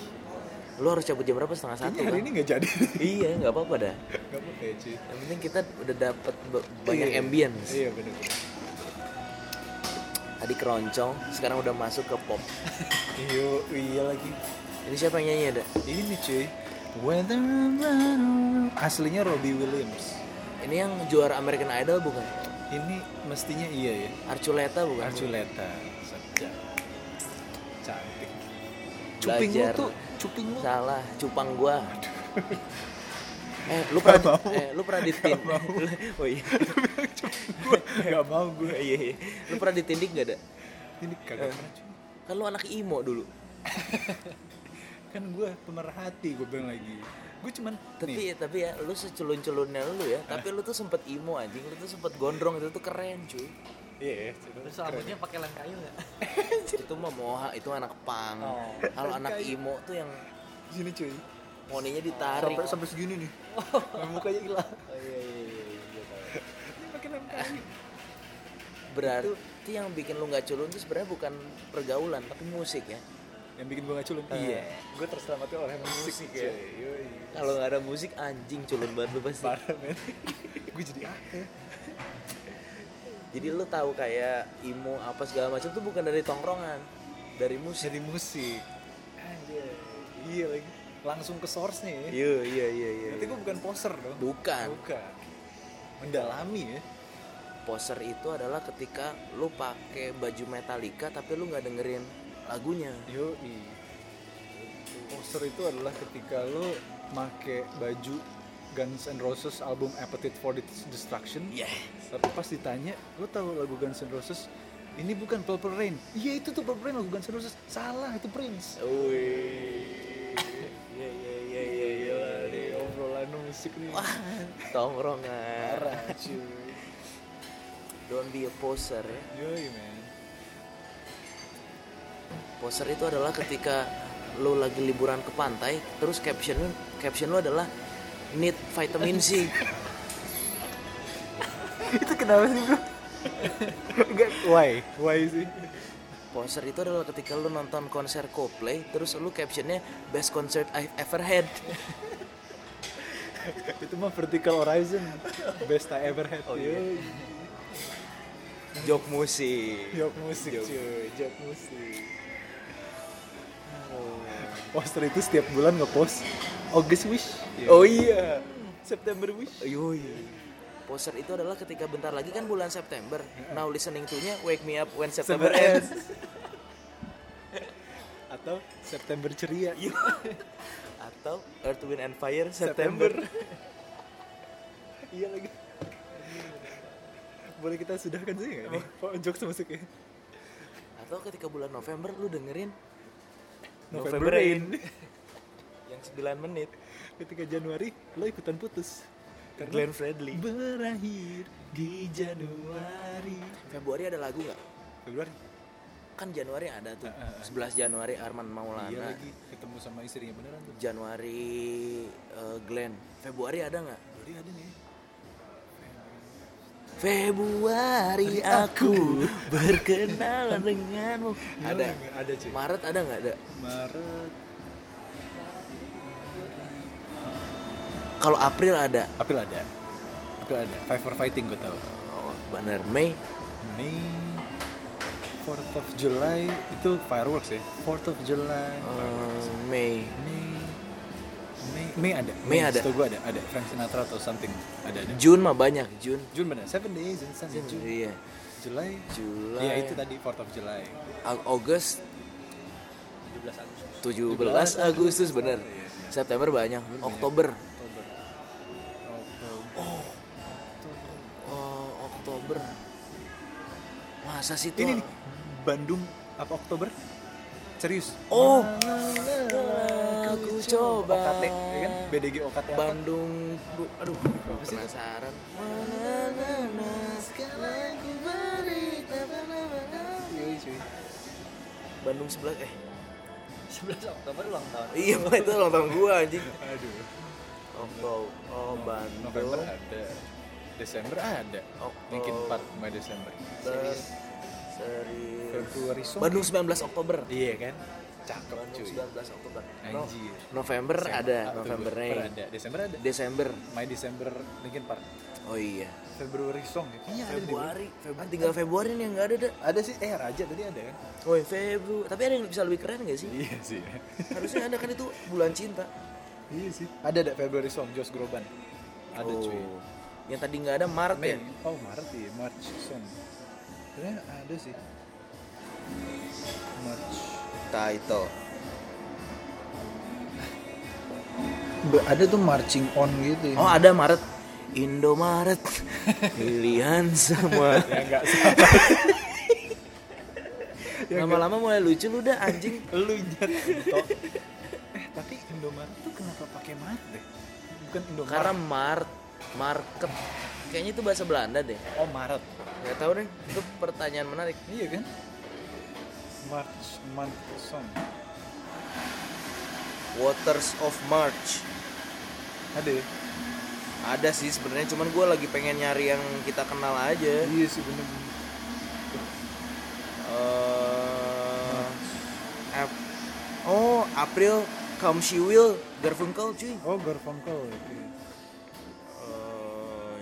[SPEAKER 1] Lu harus cabut jam berapa? Setengah
[SPEAKER 2] Kayaknya
[SPEAKER 1] satu
[SPEAKER 2] hari
[SPEAKER 1] kan?
[SPEAKER 2] ini nggak jadi.
[SPEAKER 1] Iya, nggak apa-apa dah.
[SPEAKER 2] Gak apa-apa ya cuy.
[SPEAKER 1] Yang penting kita udah dapet ba- banyak
[SPEAKER 2] Iya.
[SPEAKER 1] ambience.
[SPEAKER 2] Iya bener-bener.
[SPEAKER 1] Tadi keroncong, sekarang udah masuk ke pop.
[SPEAKER 2] Iya, iya lagi.
[SPEAKER 1] Ini siapa yang nyanyi ada?
[SPEAKER 2] Ini cuy. Whether I'm right or wrong. Aslinya Robbie Williams.
[SPEAKER 1] Ini yang juara American Idol bukan?
[SPEAKER 2] Ini mestinya iya ya.
[SPEAKER 1] Archuleta bukan?
[SPEAKER 2] Archuleta. Sedap. Cantik. Cuping lu
[SPEAKER 1] Belajar.
[SPEAKER 2] tuh, cuping lu.
[SPEAKER 1] Salah, cupang gua. eh, lu pernah
[SPEAKER 2] mau.
[SPEAKER 1] eh, lu pernah ditin. oh iya.
[SPEAKER 2] gak mau gue.
[SPEAKER 1] iya, iya. Lu pernah ditindik gak ada?
[SPEAKER 2] Ini kagak pernah cuy.
[SPEAKER 1] Kan lu anak imo dulu.
[SPEAKER 2] Kan gue pemerhati gue bilang lagi. Gue cuman nih,
[SPEAKER 1] Tapi tapi ya lu seculun-culunnya lu ya, tapi lu tuh sempet imo anjing, lu tuh sempet gondrong itu tuh keren, cuy.
[SPEAKER 2] Iya,
[SPEAKER 3] terus rambutnya pakai lem kayu nggak
[SPEAKER 1] itu mah moha, itu anak pang.
[SPEAKER 3] Oh.
[SPEAKER 1] Kalau anak imo tuh yang
[SPEAKER 2] Sini cuy. Oh.
[SPEAKER 1] poninya ditarik.
[SPEAKER 2] Sampai sampai segini nih. Mukanya hilang.
[SPEAKER 3] oh iya iya iya, iya
[SPEAKER 2] Ini pakai lem kayu.
[SPEAKER 1] Berarti yang bikin lu nggak culun tuh sebenarnya bukan pergaulan, tapi musik ya.
[SPEAKER 2] Yang bikin gue gak culun. Iya. Gue terselamatkan oleh musik, cuy. Yoi.
[SPEAKER 1] Kalau nggak ada musik anjing culun banget lu pasti.
[SPEAKER 2] Parah men. gue jadi apa? ya?
[SPEAKER 1] Jadi lu tahu kayak emo apa segala macam tuh bukan dari tongkrongan, dari musik.
[SPEAKER 2] Jadi musik. Anjir. Iya lagi. Langsung ke source-nya ya.
[SPEAKER 1] Iya iya iya iya.
[SPEAKER 2] Berarti gue bukan poser dong.
[SPEAKER 1] Bukan.
[SPEAKER 2] Bukan. Mendalami ya.
[SPEAKER 1] Poser itu adalah ketika lu pakai baju Metallica tapi lu nggak dengerin lagunya.
[SPEAKER 2] Yoi. Poser itu adalah ketika lo make baju Guns N' Roses album Appetite for Destruction.
[SPEAKER 1] Yes.
[SPEAKER 2] Tapi pas ditanya, lo tahu lagu Guns N' Roses? Ini bukan Purple Rain. Iya itu tuh Purple Rain lagu Guns N' Roses. Salah itu Prince.
[SPEAKER 1] Wih. Iya iya iya iya iya.
[SPEAKER 2] Ini obrolan musik nih. Wah.
[SPEAKER 1] Tongkrongan.
[SPEAKER 2] cuy.
[SPEAKER 1] Don't be a poser ya.
[SPEAKER 2] Yoi man.
[SPEAKER 1] Poster itu adalah ketika lu lagi liburan ke pantai, terus caption lu, caption lu adalah need vitamin C.
[SPEAKER 2] itu kenapa sih bro? Enggak, why? Why sih?
[SPEAKER 1] Poster itu adalah ketika lu nonton konser Coldplay, terus lu captionnya best concert I've ever had.
[SPEAKER 2] itu mah vertical horizon best I ever had. Oh,
[SPEAKER 1] Jok musik.
[SPEAKER 2] Jok musik cuy, jok musik. Oh. Poster itu setiap bulan ngepost August wish.
[SPEAKER 1] Oh iya.
[SPEAKER 2] September wish.
[SPEAKER 1] Yo Poster itu adalah ketika bentar lagi kan bulan September. Now listening to-nya Wake Me Up When September
[SPEAKER 2] September
[SPEAKER 1] Ends.
[SPEAKER 2] Atau September ceria.
[SPEAKER 1] Atau Earth Wind and Fire September.
[SPEAKER 2] iya lagi. Boleh kita sudahkan sih nggak nih? Oh, jokes masuknya.
[SPEAKER 1] Atau ketika bulan November lu dengerin
[SPEAKER 2] November Rain.
[SPEAKER 1] yang 9 menit.
[SPEAKER 2] Ketika Januari lo ikutan putus.
[SPEAKER 1] Glenn Fredly.
[SPEAKER 2] Berakhir di Januari.
[SPEAKER 1] Februari ada lagu nggak?
[SPEAKER 2] Februari.
[SPEAKER 1] Kan Januari ada tuh.
[SPEAKER 2] Ah, ah,
[SPEAKER 1] 11 Januari Arman Maulana.
[SPEAKER 2] Iya lagi ketemu sama istrinya beneran tuh.
[SPEAKER 1] Januari eh, Glenn. Februari ada nggak?
[SPEAKER 2] Februari ada nih.
[SPEAKER 1] Februari aku berkenalan denganmu.
[SPEAKER 2] Iya
[SPEAKER 1] Ada.
[SPEAKER 2] Ada cuy.
[SPEAKER 1] Maret ada nggak ada?
[SPEAKER 2] Maret.
[SPEAKER 1] Kalau April ada.
[SPEAKER 2] April ada. April ada. Five for Fighting gue tahu.
[SPEAKER 1] Oh, bener Mei.
[SPEAKER 2] Mei 4th of July itu fireworks ya. 4th of July.
[SPEAKER 1] eh, Mei.
[SPEAKER 2] Mei Mei Mei ada.
[SPEAKER 1] Mei ada.
[SPEAKER 2] Setahu gue ada. Ada Frank Sinatra atau something. Ada ada.
[SPEAKER 1] Jun mah banyak Jun.
[SPEAKER 2] Jun benar. Seven Days in Sunday. Jun.
[SPEAKER 1] Iya.
[SPEAKER 2] July.
[SPEAKER 1] Juli.
[SPEAKER 2] Ya itu tadi 4th of July.
[SPEAKER 1] Ag- Agustus
[SPEAKER 2] 17 Agustus.
[SPEAKER 1] 17 Agustus bener.
[SPEAKER 2] Iya, iya.
[SPEAKER 1] September banyak. Oktober.
[SPEAKER 2] Oktober.
[SPEAKER 1] Oh, Oktober. Masa sih tuh?
[SPEAKER 2] Ini nih Bandung apa Oktober? Serius?
[SPEAKER 1] Oh. Aku
[SPEAKER 2] Aku
[SPEAKER 1] coba.
[SPEAKER 2] OKT, ya kan? BDG OKT apa?
[SPEAKER 1] Bandung. Bu, aduh, penasaran.
[SPEAKER 2] Yoi, cuy.
[SPEAKER 1] Bandung sebelah eh
[SPEAKER 3] 11 Oktober ulang tahun.
[SPEAKER 1] iya Pak, itu ulang tahun gua anjing.
[SPEAKER 2] Aduh.
[SPEAKER 1] Oktober. Oh,
[SPEAKER 2] November
[SPEAKER 1] Bandung.
[SPEAKER 2] ada. Desember ada.
[SPEAKER 1] Oktober.
[SPEAKER 2] Linkin Park Mei Desember.
[SPEAKER 1] Serius. Serius.
[SPEAKER 2] Februari Song.
[SPEAKER 1] Bandung 19 Oktober.
[SPEAKER 2] Iya kan? Cakep
[SPEAKER 1] Bandung
[SPEAKER 2] cuy.
[SPEAKER 1] 19 Oktober. No-
[SPEAKER 2] Anjir.
[SPEAKER 1] November ada,
[SPEAKER 2] Ah, betul,
[SPEAKER 1] November
[SPEAKER 2] betul.
[SPEAKER 1] Mei.
[SPEAKER 2] ada. Desember ada.
[SPEAKER 1] Desember.
[SPEAKER 2] Mei Desember Linkin Park.
[SPEAKER 1] Oh iya.
[SPEAKER 2] Februari Song ya? Iya ada. deh.
[SPEAKER 1] Februari, Februari tinggal Februari nih yang enggak ada, Dek.
[SPEAKER 2] Ada sih eh Raja tadi ada kan?
[SPEAKER 1] Woi, Februari. Tapi ada yang bisa lebih keren gak sih?
[SPEAKER 2] Iya sih.
[SPEAKER 1] Harusnya ada kan itu bulan cinta.
[SPEAKER 2] iya sih. Ada ada Februari Song Josh Groban. Ada cuy.
[SPEAKER 1] Oh. Yang tadi nggak ada Maret
[SPEAKER 2] Mei.
[SPEAKER 1] ya?
[SPEAKER 2] Oh Maret ya, March Song. Sebenarnya ada sih. March.
[SPEAKER 1] Title.
[SPEAKER 2] ada tuh marching on gitu.
[SPEAKER 1] Oh, ada Maret. Indomaret. Pilihan sama.
[SPEAKER 2] Ya enggak
[SPEAKER 1] Lama-lama mulai lucu lu dah anjing.
[SPEAKER 2] Lu nyet. Tok. eh tapi Indomaret tuh kenapa pakai Maret deh? Bukan Indomaret.
[SPEAKER 1] Karena Mart market. Kayaknya itu bahasa Belanda deh.
[SPEAKER 2] oh Maret.
[SPEAKER 1] Gak tahu deh. Itu pertanyaan menarik.
[SPEAKER 2] Iya kan? March month song.
[SPEAKER 1] Waters of March.
[SPEAKER 2] Ada ya?
[SPEAKER 1] Ada sih sebenarnya cuman gue lagi pengen nyari yang kita kenal aja.
[SPEAKER 2] Iya sih bener-bener.
[SPEAKER 1] eh Ap- oh, April Come She Will Garfunkel cuy.
[SPEAKER 2] Oh Garfunkel. oke.
[SPEAKER 1] Eh,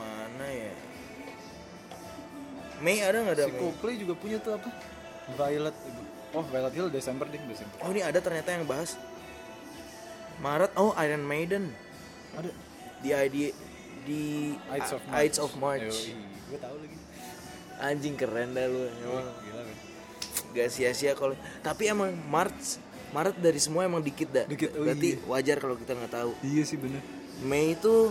[SPEAKER 1] mana ya? Mei ada nggak ada?
[SPEAKER 2] Si
[SPEAKER 1] Mei?
[SPEAKER 2] Coldplay juga punya tuh apa? Violet. Oh Violet Hill Desember ding Desember.
[SPEAKER 1] Oh ini ada ternyata yang bahas. Maret, oh Iron Maiden.
[SPEAKER 2] Ada.
[SPEAKER 1] Di ID di
[SPEAKER 2] Ides
[SPEAKER 1] A-
[SPEAKER 2] of March.
[SPEAKER 1] Ides of March.
[SPEAKER 2] Gue tahu lagi.
[SPEAKER 1] Anjing keren dah lu. Emang
[SPEAKER 2] Gila kan.
[SPEAKER 1] gak sia-sia kalau tapi emang Maret Maret dari semua emang dikit dah.
[SPEAKER 2] Dikit, oh
[SPEAKER 1] Berarti wajar kalau kita nggak tahu.
[SPEAKER 2] Iya sih bener.
[SPEAKER 1] Mei itu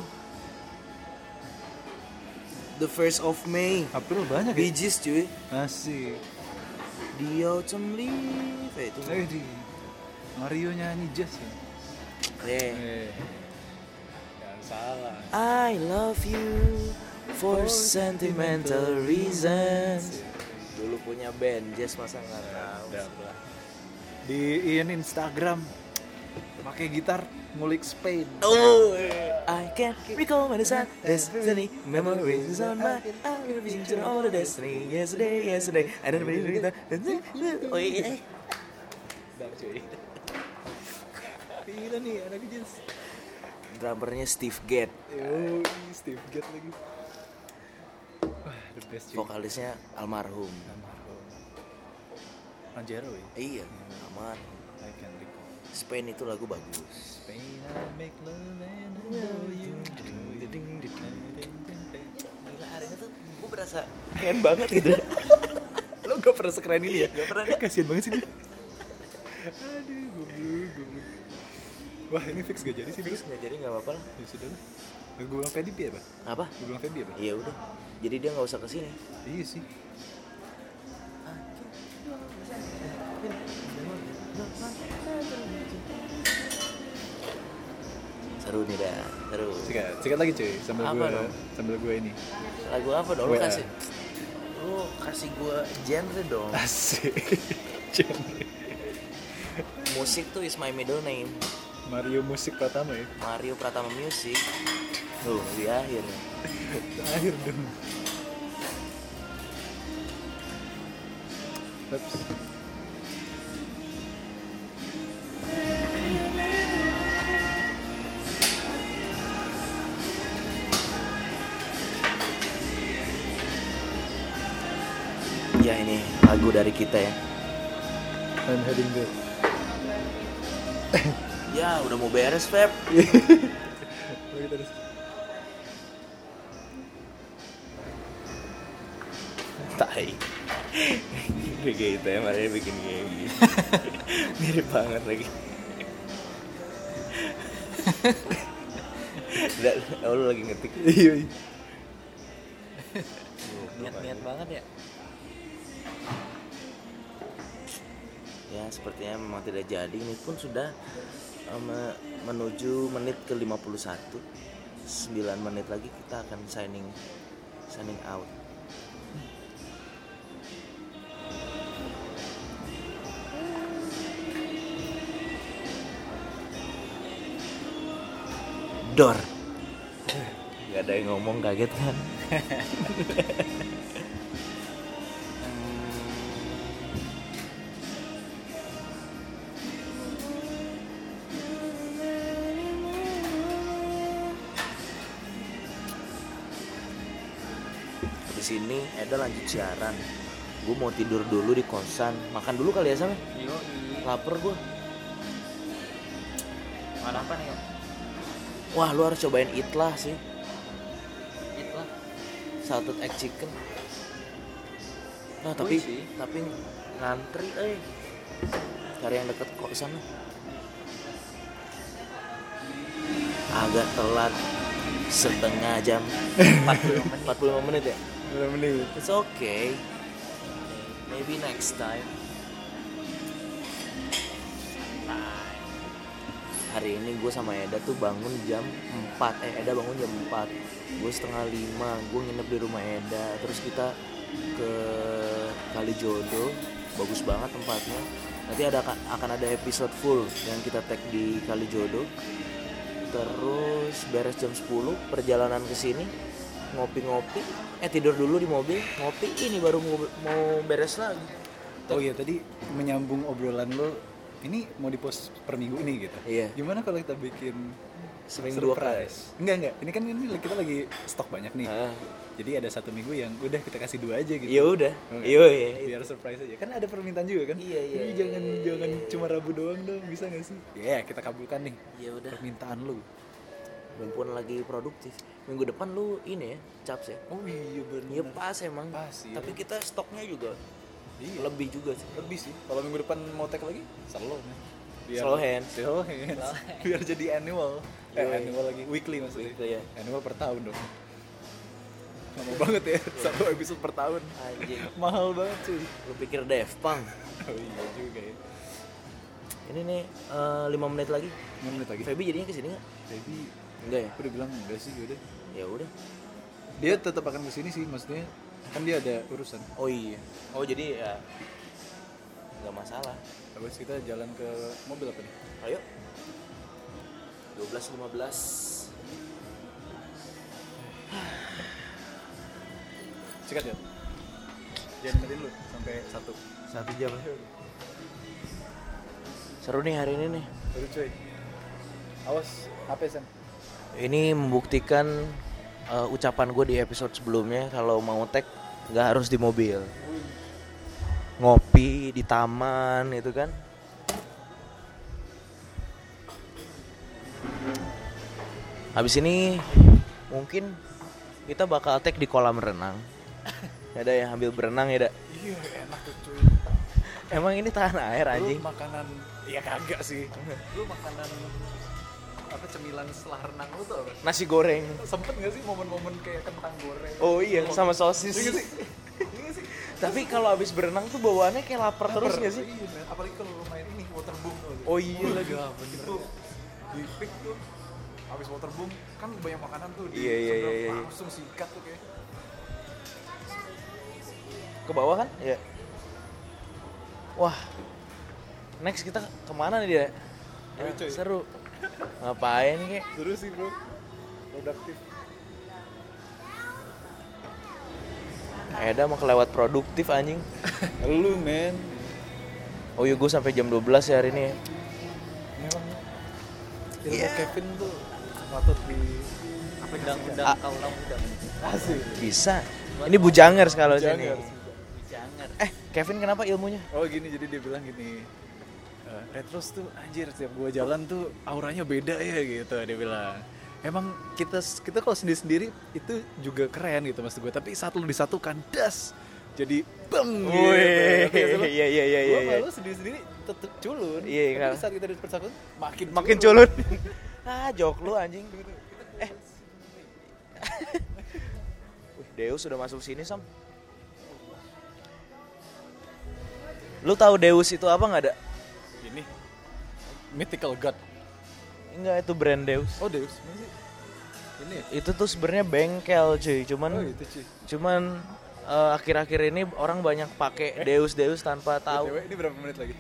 [SPEAKER 1] The First of May.
[SPEAKER 2] April banyak ya?
[SPEAKER 1] Bee Gees cuy.
[SPEAKER 2] Asik.
[SPEAKER 1] The Autumn Leaf. Eh, itu.
[SPEAKER 2] Eh di Mario nyanyi jazz ya.
[SPEAKER 1] Eh.
[SPEAKER 2] Eh. Jangan salah.
[SPEAKER 1] Oh, I love you for sentimental reasons. dulu punya band jazz masa nggak tahu
[SPEAKER 2] Sedap lah. Di in Instagram pakai gitar ngulik Spain.
[SPEAKER 1] Oh, I can't recall my desire, destiny, memories is on my I'm gonna be to all the destiny Yesterday, yesterday, I don't believe it Oh iya
[SPEAKER 2] Sedap cuy. Gila nih anak jeans.
[SPEAKER 1] Drummernya Steve Gadd
[SPEAKER 2] Yo, Steve Gadd lagi. Wah, the best cuy.
[SPEAKER 1] Vokalisnya almarhum
[SPEAKER 2] Almarhum. Anjero ya.
[SPEAKER 1] Iya, almarhum
[SPEAKER 2] I can recall.
[SPEAKER 1] Spain itu lagu bagus
[SPEAKER 2] Spain, I make love and adore you.
[SPEAKER 1] Gila, Arena tuh gue berasa keren banget gitu Lo gak pernah sekeren ini ya? Gak pernah deh
[SPEAKER 2] Kasian banget sih dia. Aduh, goblok, goblok. Wah, ini fix gak jadi sih, fix.
[SPEAKER 1] Nggak jadi gak apa-apa lah
[SPEAKER 2] Ya sudah lah. Gue bilang Feby ya, Pak?
[SPEAKER 1] Apa?
[SPEAKER 2] Gue bilang Feby ya, Pak?
[SPEAKER 1] Iya udah Jadi dia gak usah kesini
[SPEAKER 2] Iya sih.
[SPEAKER 1] Seru nih dah, seru
[SPEAKER 2] Sikat, sikat lagi cuy sambil
[SPEAKER 1] Apa
[SPEAKER 2] gue
[SPEAKER 1] dong?
[SPEAKER 2] sambil gue ini.
[SPEAKER 1] Lagu apa dong? Lo
[SPEAKER 2] WA.
[SPEAKER 1] kasih Ah. Lo eh. Oh, kasih gue genre dong
[SPEAKER 2] Asik.
[SPEAKER 1] Musik tuh is my middle name
[SPEAKER 2] Mario musik pertama ya.
[SPEAKER 1] Mario Pratama Music Tuh, di akhir nih
[SPEAKER 2] Terakhir dong. Ups.
[SPEAKER 1] Ya ini lagu dari kita ya
[SPEAKER 2] I'm heading there.
[SPEAKER 1] Ya udah mau beres Feb
[SPEAKER 2] Lagi terus.
[SPEAKER 1] Tai Kayak gitu ya, makanya bikin kayak gini Mirip banget lagi Dan, oh, lu lagi ngetik
[SPEAKER 2] Iya. iya.
[SPEAKER 3] niat-niat banget ya
[SPEAKER 1] Ya sepertinya memang tidak jadi Ini pun sudah eh, me- menuju menit ke 51 9 menit lagi kita akan signing signing out Dor Gak ada yang ngomong kaget kan Habis ini Eda lanjut siaran Gue mau tidur dulu di kosan Makan dulu kali ya sama
[SPEAKER 3] yo
[SPEAKER 1] Laper gue
[SPEAKER 3] mana apa nih yo
[SPEAKER 1] Wah lu harus cobain itlah sih
[SPEAKER 3] itu lah
[SPEAKER 1] salted egg chicken. Nah tapi
[SPEAKER 3] Boleh sih.
[SPEAKER 1] tapi ngantri eh cari yang deket kok sana. Agak telat setengah jam 40 menit 45 menit ya.
[SPEAKER 2] Udah menit.
[SPEAKER 1] It's okay. Maybe next time. Hari ini gue sama Eda tuh bangun jam 4 Eh Eda bangun jam 4 Gue setengah 5 Gue nginep di rumah Eda Terus kita ke Kalijodo Bagus banget tempatnya Nanti ada akan ada episode full Yang kita tag di Kalijodo Terus beres jam 10 Perjalanan ke sini Ngopi-ngopi Eh tidur dulu di mobil Ngopi ini baru mau, mau beres lagi
[SPEAKER 2] Oh iya tadi menyambung obrolan lo ini mau dipost per minggu ini gitu.
[SPEAKER 1] Iya.
[SPEAKER 2] Gimana kalau kita bikin
[SPEAKER 1] Seminggu dua kali
[SPEAKER 2] surprise? Enggak enggak. Ini kan ini kita lagi stok banyak nih.
[SPEAKER 1] Ah.
[SPEAKER 2] Jadi ada satu minggu yang udah kita kasih dua aja gitu.
[SPEAKER 1] Ya udah
[SPEAKER 2] Oke.
[SPEAKER 1] Iya ya
[SPEAKER 2] biar surprise aja kan ada permintaan juga kan
[SPEAKER 1] Iya, iya,
[SPEAKER 2] Jadi jangan jangan cuma rabu doang dong bisa nggak sih ya kita kabulkan nih
[SPEAKER 1] Ya udah
[SPEAKER 2] permintaan lu
[SPEAKER 1] Mumpun lagi produktif Minggu depan lu ini ya Caps ya
[SPEAKER 2] oh iya
[SPEAKER 1] Ya pas emang
[SPEAKER 2] Pas, iya.
[SPEAKER 1] Tapi kita stoknya juga
[SPEAKER 2] Iya.
[SPEAKER 1] Lebih juga sih
[SPEAKER 2] lebih sih kalau minggu depan mau tag lagi selalu nih
[SPEAKER 1] Slow hand.
[SPEAKER 2] slow hand biar jadi annual eh,
[SPEAKER 1] Yoi.
[SPEAKER 2] annual lagi weekly maksudnya
[SPEAKER 1] Weekly, ya.
[SPEAKER 2] annual per tahun dong lama banget ya satu episode per tahun
[SPEAKER 1] Anjing
[SPEAKER 2] mahal banget cuy
[SPEAKER 1] Lu pikir Def Punk
[SPEAKER 2] Iya. oh iya juga ya
[SPEAKER 1] Ini nih eh, lima 5 menit lagi
[SPEAKER 2] Lima menit lagi
[SPEAKER 1] Feby jadinya kesini gak?
[SPEAKER 2] Baby
[SPEAKER 1] Enggak Iya. ya?
[SPEAKER 2] udah bilang enggak sih udah
[SPEAKER 1] Ya udah
[SPEAKER 2] dia tetap akan kesini sih maksudnya kan dia ada urusan
[SPEAKER 1] Oh iya. Oh jadi ya nggak masalah.
[SPEAKER 2] terus kita jalan ke mobil apa nih
[SPEAKER 1] Ayo. 12.15
[SPEAKER 2] sikat ya jangan tadi lu sampai satu
[SPEAKER 1] satu jam seru nih hari ini nih
[SPEAKER 2] baru cuy awas HP sen
[SPEAKER 1] ini membuktikan eh, ucapan gue di episode sebelumnya kalau mau tag nggak harus di mobil ngopi di taman itu kan habis ini mungkin kita bakal tag di kolam renang ada yang ambil berenang ya Da?
[SPEAKER 2] iya enak tuh cuy
[SPEAKER 1] emang ini tahan air anjing
[SPEAKER 2] lu makanan ya kagak sih lu makanan apa cemilan setelah renang lu tuh apa?
[SPEAKER 1] nasi goreng
[SPEAKER 2] sempet gak sih momen-momen kayak kentang goreng
[SPEAKER 1] Oh iya, sama sosis.
[SPEAKER 2] Iya nggak sih? Iya nggak sih?
[SPEAKER 1] Tapi kalau habis berenang tuh bawaannya kayak lapar terus
[SPEAKER 2] Lapar.
[SPEAKER 1] nggak sih?
[SPEAKER 2] Iya, men. apalagi kalau lu main ini waterboom tuh.
[SPEAKER 1] Oh iya
[SPEAKER 2] Wah,
[SPEAKER 1] lagi.
[SPEAKER 2] gila, bener. Itu di pick tuh habis waterboom kan banyak makanan tuh di
[SPEAKER 1] Iya, iya,
[SPEAKER 2] seberang,
[SPEAKER 1] iya, iya.
[SPEAKER 2] langsung sikat tuh kayak.
[SPEAKER 1] Ke bawah kan? Iya. Wah. Next kita kemana nih dia? Ya,
[SPEAKER 2] Ayo, cuy.
[SPEAKER 1] seru. Ngapain kek?
[SPEAKER 2] Seru sih, Bro. Produktif.
[SPEAKER 1] Eda mau kelewat produktif anjing.
[SPEAKER 2] Lu, men.
[SPEAKER 1] Oh iya gue sampai jam 12 ya hari ini. ya.
[SPEAKER 2] Memang ilmu
[SPEAKER 1] Iya.
[SPEAKER 2] Kevin tuh patut di
[SPEAKER 3] Undang-undang
[SPEAKER 1] Ah.
[SPEAKER 3] kalau undang
[SPEAKER 2] asik.
[SPEAKER 1] Bisa. Ini bujangers kalau sini.
[SPEAKER 2] Jangan.
[SPEAKER 3] Jangan.
[SPEAKER 1] Eh, Kevin kenapa ilmunya?
[SPEAKER 2] Oh gini, jadi dia bilang gini. "Eh, Retros tuh anjir setiap gua jalan tuh auranya beda ya gitu dia bilang. Emang kita kita kalau sendiri-sendiri itu juga keren gitu maksud gue. Tapi saat lu disatukan das jadi bang gitu.
[SPEAKER 1] Wih,
[SPEAKER 2] Ngerti gak sih lu?
[SPEAKER 1] iya, iya, iya,
[SPEAKER 2] Gua
[SPEAKER 1] iya,
[SPEAKER 2] sama
[SPEAKER 1] iya.
[SPEAKER 2] Lu sendiri-sendiri tetep culun.
[SPEAKER 1] Iya, iya.
[SPEAKER 2] Tapi saat kita disatukan makin
[SPEAKER 1] Makin culun. ah, jok lu anjing. Eh. Wih, Deus sudah masuk sini, Sam. Lu tahu Deus itu apa nggak ada?
[SPEAKER 2] Ini mythical god.
[SPEAKER 1] Enggak, itu brand Deus.
[SPEAKER 2] Oh Deus, mana sih? Ini ya?
[SPEAKER 1] Itu tuh sebenarnya bengkel, cuy. Cuman
[SPEAKER 2] Oh itu cuy.
[SPEAKER 1] cuman eh, akhir-akhir ini orang banyak pakai Deus-Deus tanpa tahu.
[SPEAKER 2] BTW, Iya, ini berapa menit lagi?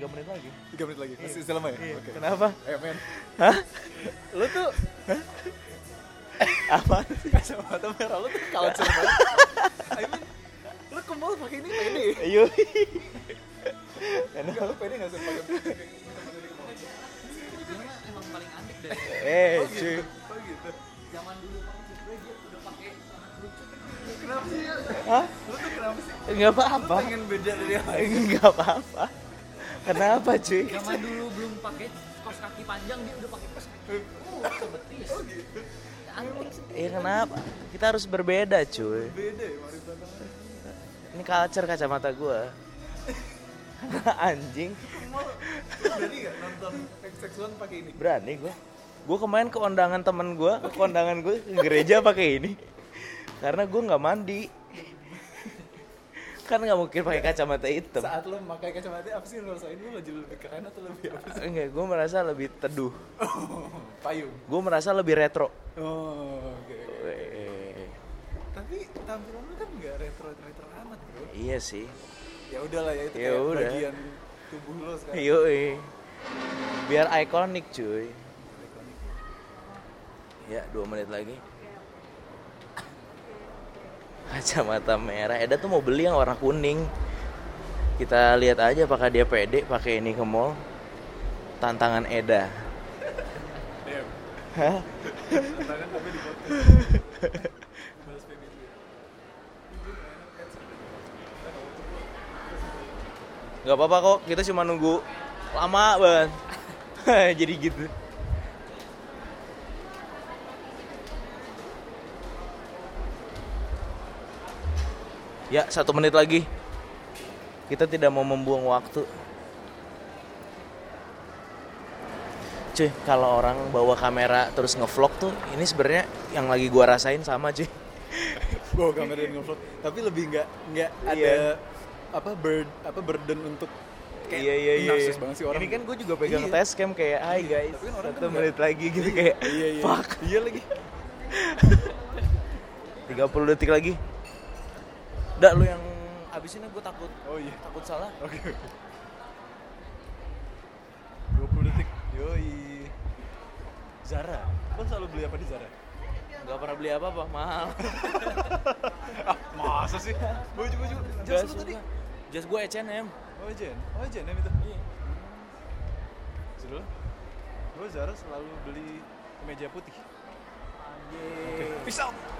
[SPEAKER 1] 3 Iya, menit lagi.
[SPEAKER 2] 3 menit lagi. Masih selama ya? Oke.
[SPEAKER 1] Kenapa?
[SPEAKER 2] Ayo men.
[SPEAKER 1] Hah?
[SPEAKER 2] Lu tuh
[SPEAKER 1] Apa?
[SPEAKER 2] kacamata merah lu tuh culture banget. I mean, lu ke mall pakai ini pede.
[SPEAKER 1] Ayo.
[SPEAKER 2] Enggak, lu pede nggak sih pakai
[SPEAKER 3] Emang paling antik dari
[SPEAKER 1] eh, cuy.
[SPEAKER 2] Oh gitu.
[SPEAKER 3] zaman dulu Pak Cipre dia udah pakai
[SPEAKER 2] Kenapa sih? ya?
[SPEAKER 1] Hah?
[SPEAKER 2] Lu tuh kenapa sih?
[SPEAKER 1] Enggak
[SPEAKER 2] Lu
[SPEAKER 1] apa-apa.
[SPEAKER 2] pengen beda dari yang lain.
[SPEAKER 1] Enggak apa-apa. Kenapa, cuy?
[SPEAKER 3] zaman dulu belum pakai kaos kaki panjang dia udah pakai kaos kaki
[SPEAKER 2] gitu.
[SPEAKER 3] oh, sebetis antik
[SPEAKER 1] Ya kenapa? Kita harus berbeda cuy
[SPEAKER 2] Beda ya Mari Tantangan.
[SPEAKER 1] Ini culture kacamata gua Anjing
[SPEAKER 2] Ke mall. Lu berani nggak nonton XX1 pakai ini?
[SPEAKER 1] Berani gua Gua kemarin ke undangan temen gua Ke undangan gua ke gereja pakai ini Karena gua nggak mandi Kan nggak mungkin pakai kacamata hitam
[SPEAKER 2] Saat lu pakai kacamata apa sih lu rasain? Lu jadi lebih keren atau lebih apa?
[SPEAKER 1] Enggak, gua merasa lebih teduh
[SPEAKER 2] Oh, payung.
[SPEAKER 1] Gua merasa lebih retro
[SPEAKER 2] Oh, oke. oke.
[SPEAKER 1] Weh.
[SPEAKER 2] Tapi tampilan lu kan nggak retro-retro amat, Bro.
[SPEAKER 1] Iya sih
[SPEAKER 2] Ya udahlah ya itu
[SPEAKER 1] Ya
[SPEAKER 2] kayak
[SPEAKER 1] udah.
[SPEAKER 2] bagian tubuh lu sekarang.
[SPEAKER 1] Yoi Biar ikonik cuy Ya, dua menit lagi. Kacamata merah. Eda tuh mau beli yang warna kuning. Kita lihat aja apakah dia pede pakai ini ke mall. Tantangan Eda.
[SPEAKER 2] Damn.
[SPEAKER 1] Hah?
[SPEAKER 2] Tantangan tapi di podcast. Balas PB dulu ya.
[SPEAKER 1] Gak apa-apa kok, kita cuma nunggu lama banget. Jadi gitu. Ya, satu menit lagi. Kita tidak mau membuang waktu. Cuy, kalau orang bawa kamera terus ngevlog tuh, ini sebenarnya yang lagi gua rasain sama cuy.
[SPEAKER 2] Bawa kamera dan ngevlog, tapi lebih nggak nggak
[SPEAKER 1] Iya.
[SPEAKER 2] ada apa burden apa burden untuk Iya, kayak narsis banget sih orang.
[SPEAKER 1] Iya, Ini kan gue juga pegang
[SPEAKER 2] Iya.
[SPEAKER 1] testcam kayak, hai guys,
[SPEAKER 2] tapi kan orang
[SPEAKER 1] satu
[SPEAKER 2] kan
[SPEAKER 1] menit lagi gitu kayak,
[SPEAKER 2] Iya iya.
[SPEAKER 1] fuck.
[SPEAKER 2] Iya lagi.
[SPEAKER 1] 30 detik lagi. Dah lu yang abisin gue takut
[SPEAKER 2] Oh iya.
[SPEAKER 1] takut salah.
[SPEAKER 2] Oke. oke. 20 detik. Yoi. Zara. Lo selalu beli apa di Zara?
[SPEAKER 1] Gak pernah beli apa-apa, mahal.
[SPEAKER 2] Ah, masa sih? Baju baju.
[SPEAKER 1] Jas
[SPEAKER 2] Jas lo tadi.
[SPEAKER 1] gua- Jas gue H&M.
[SPEAKER 2] Oh Jen. Oh Jen ya itu. Sudah. Gue Zara selalu beli kemeja putih. Oke. Peace out.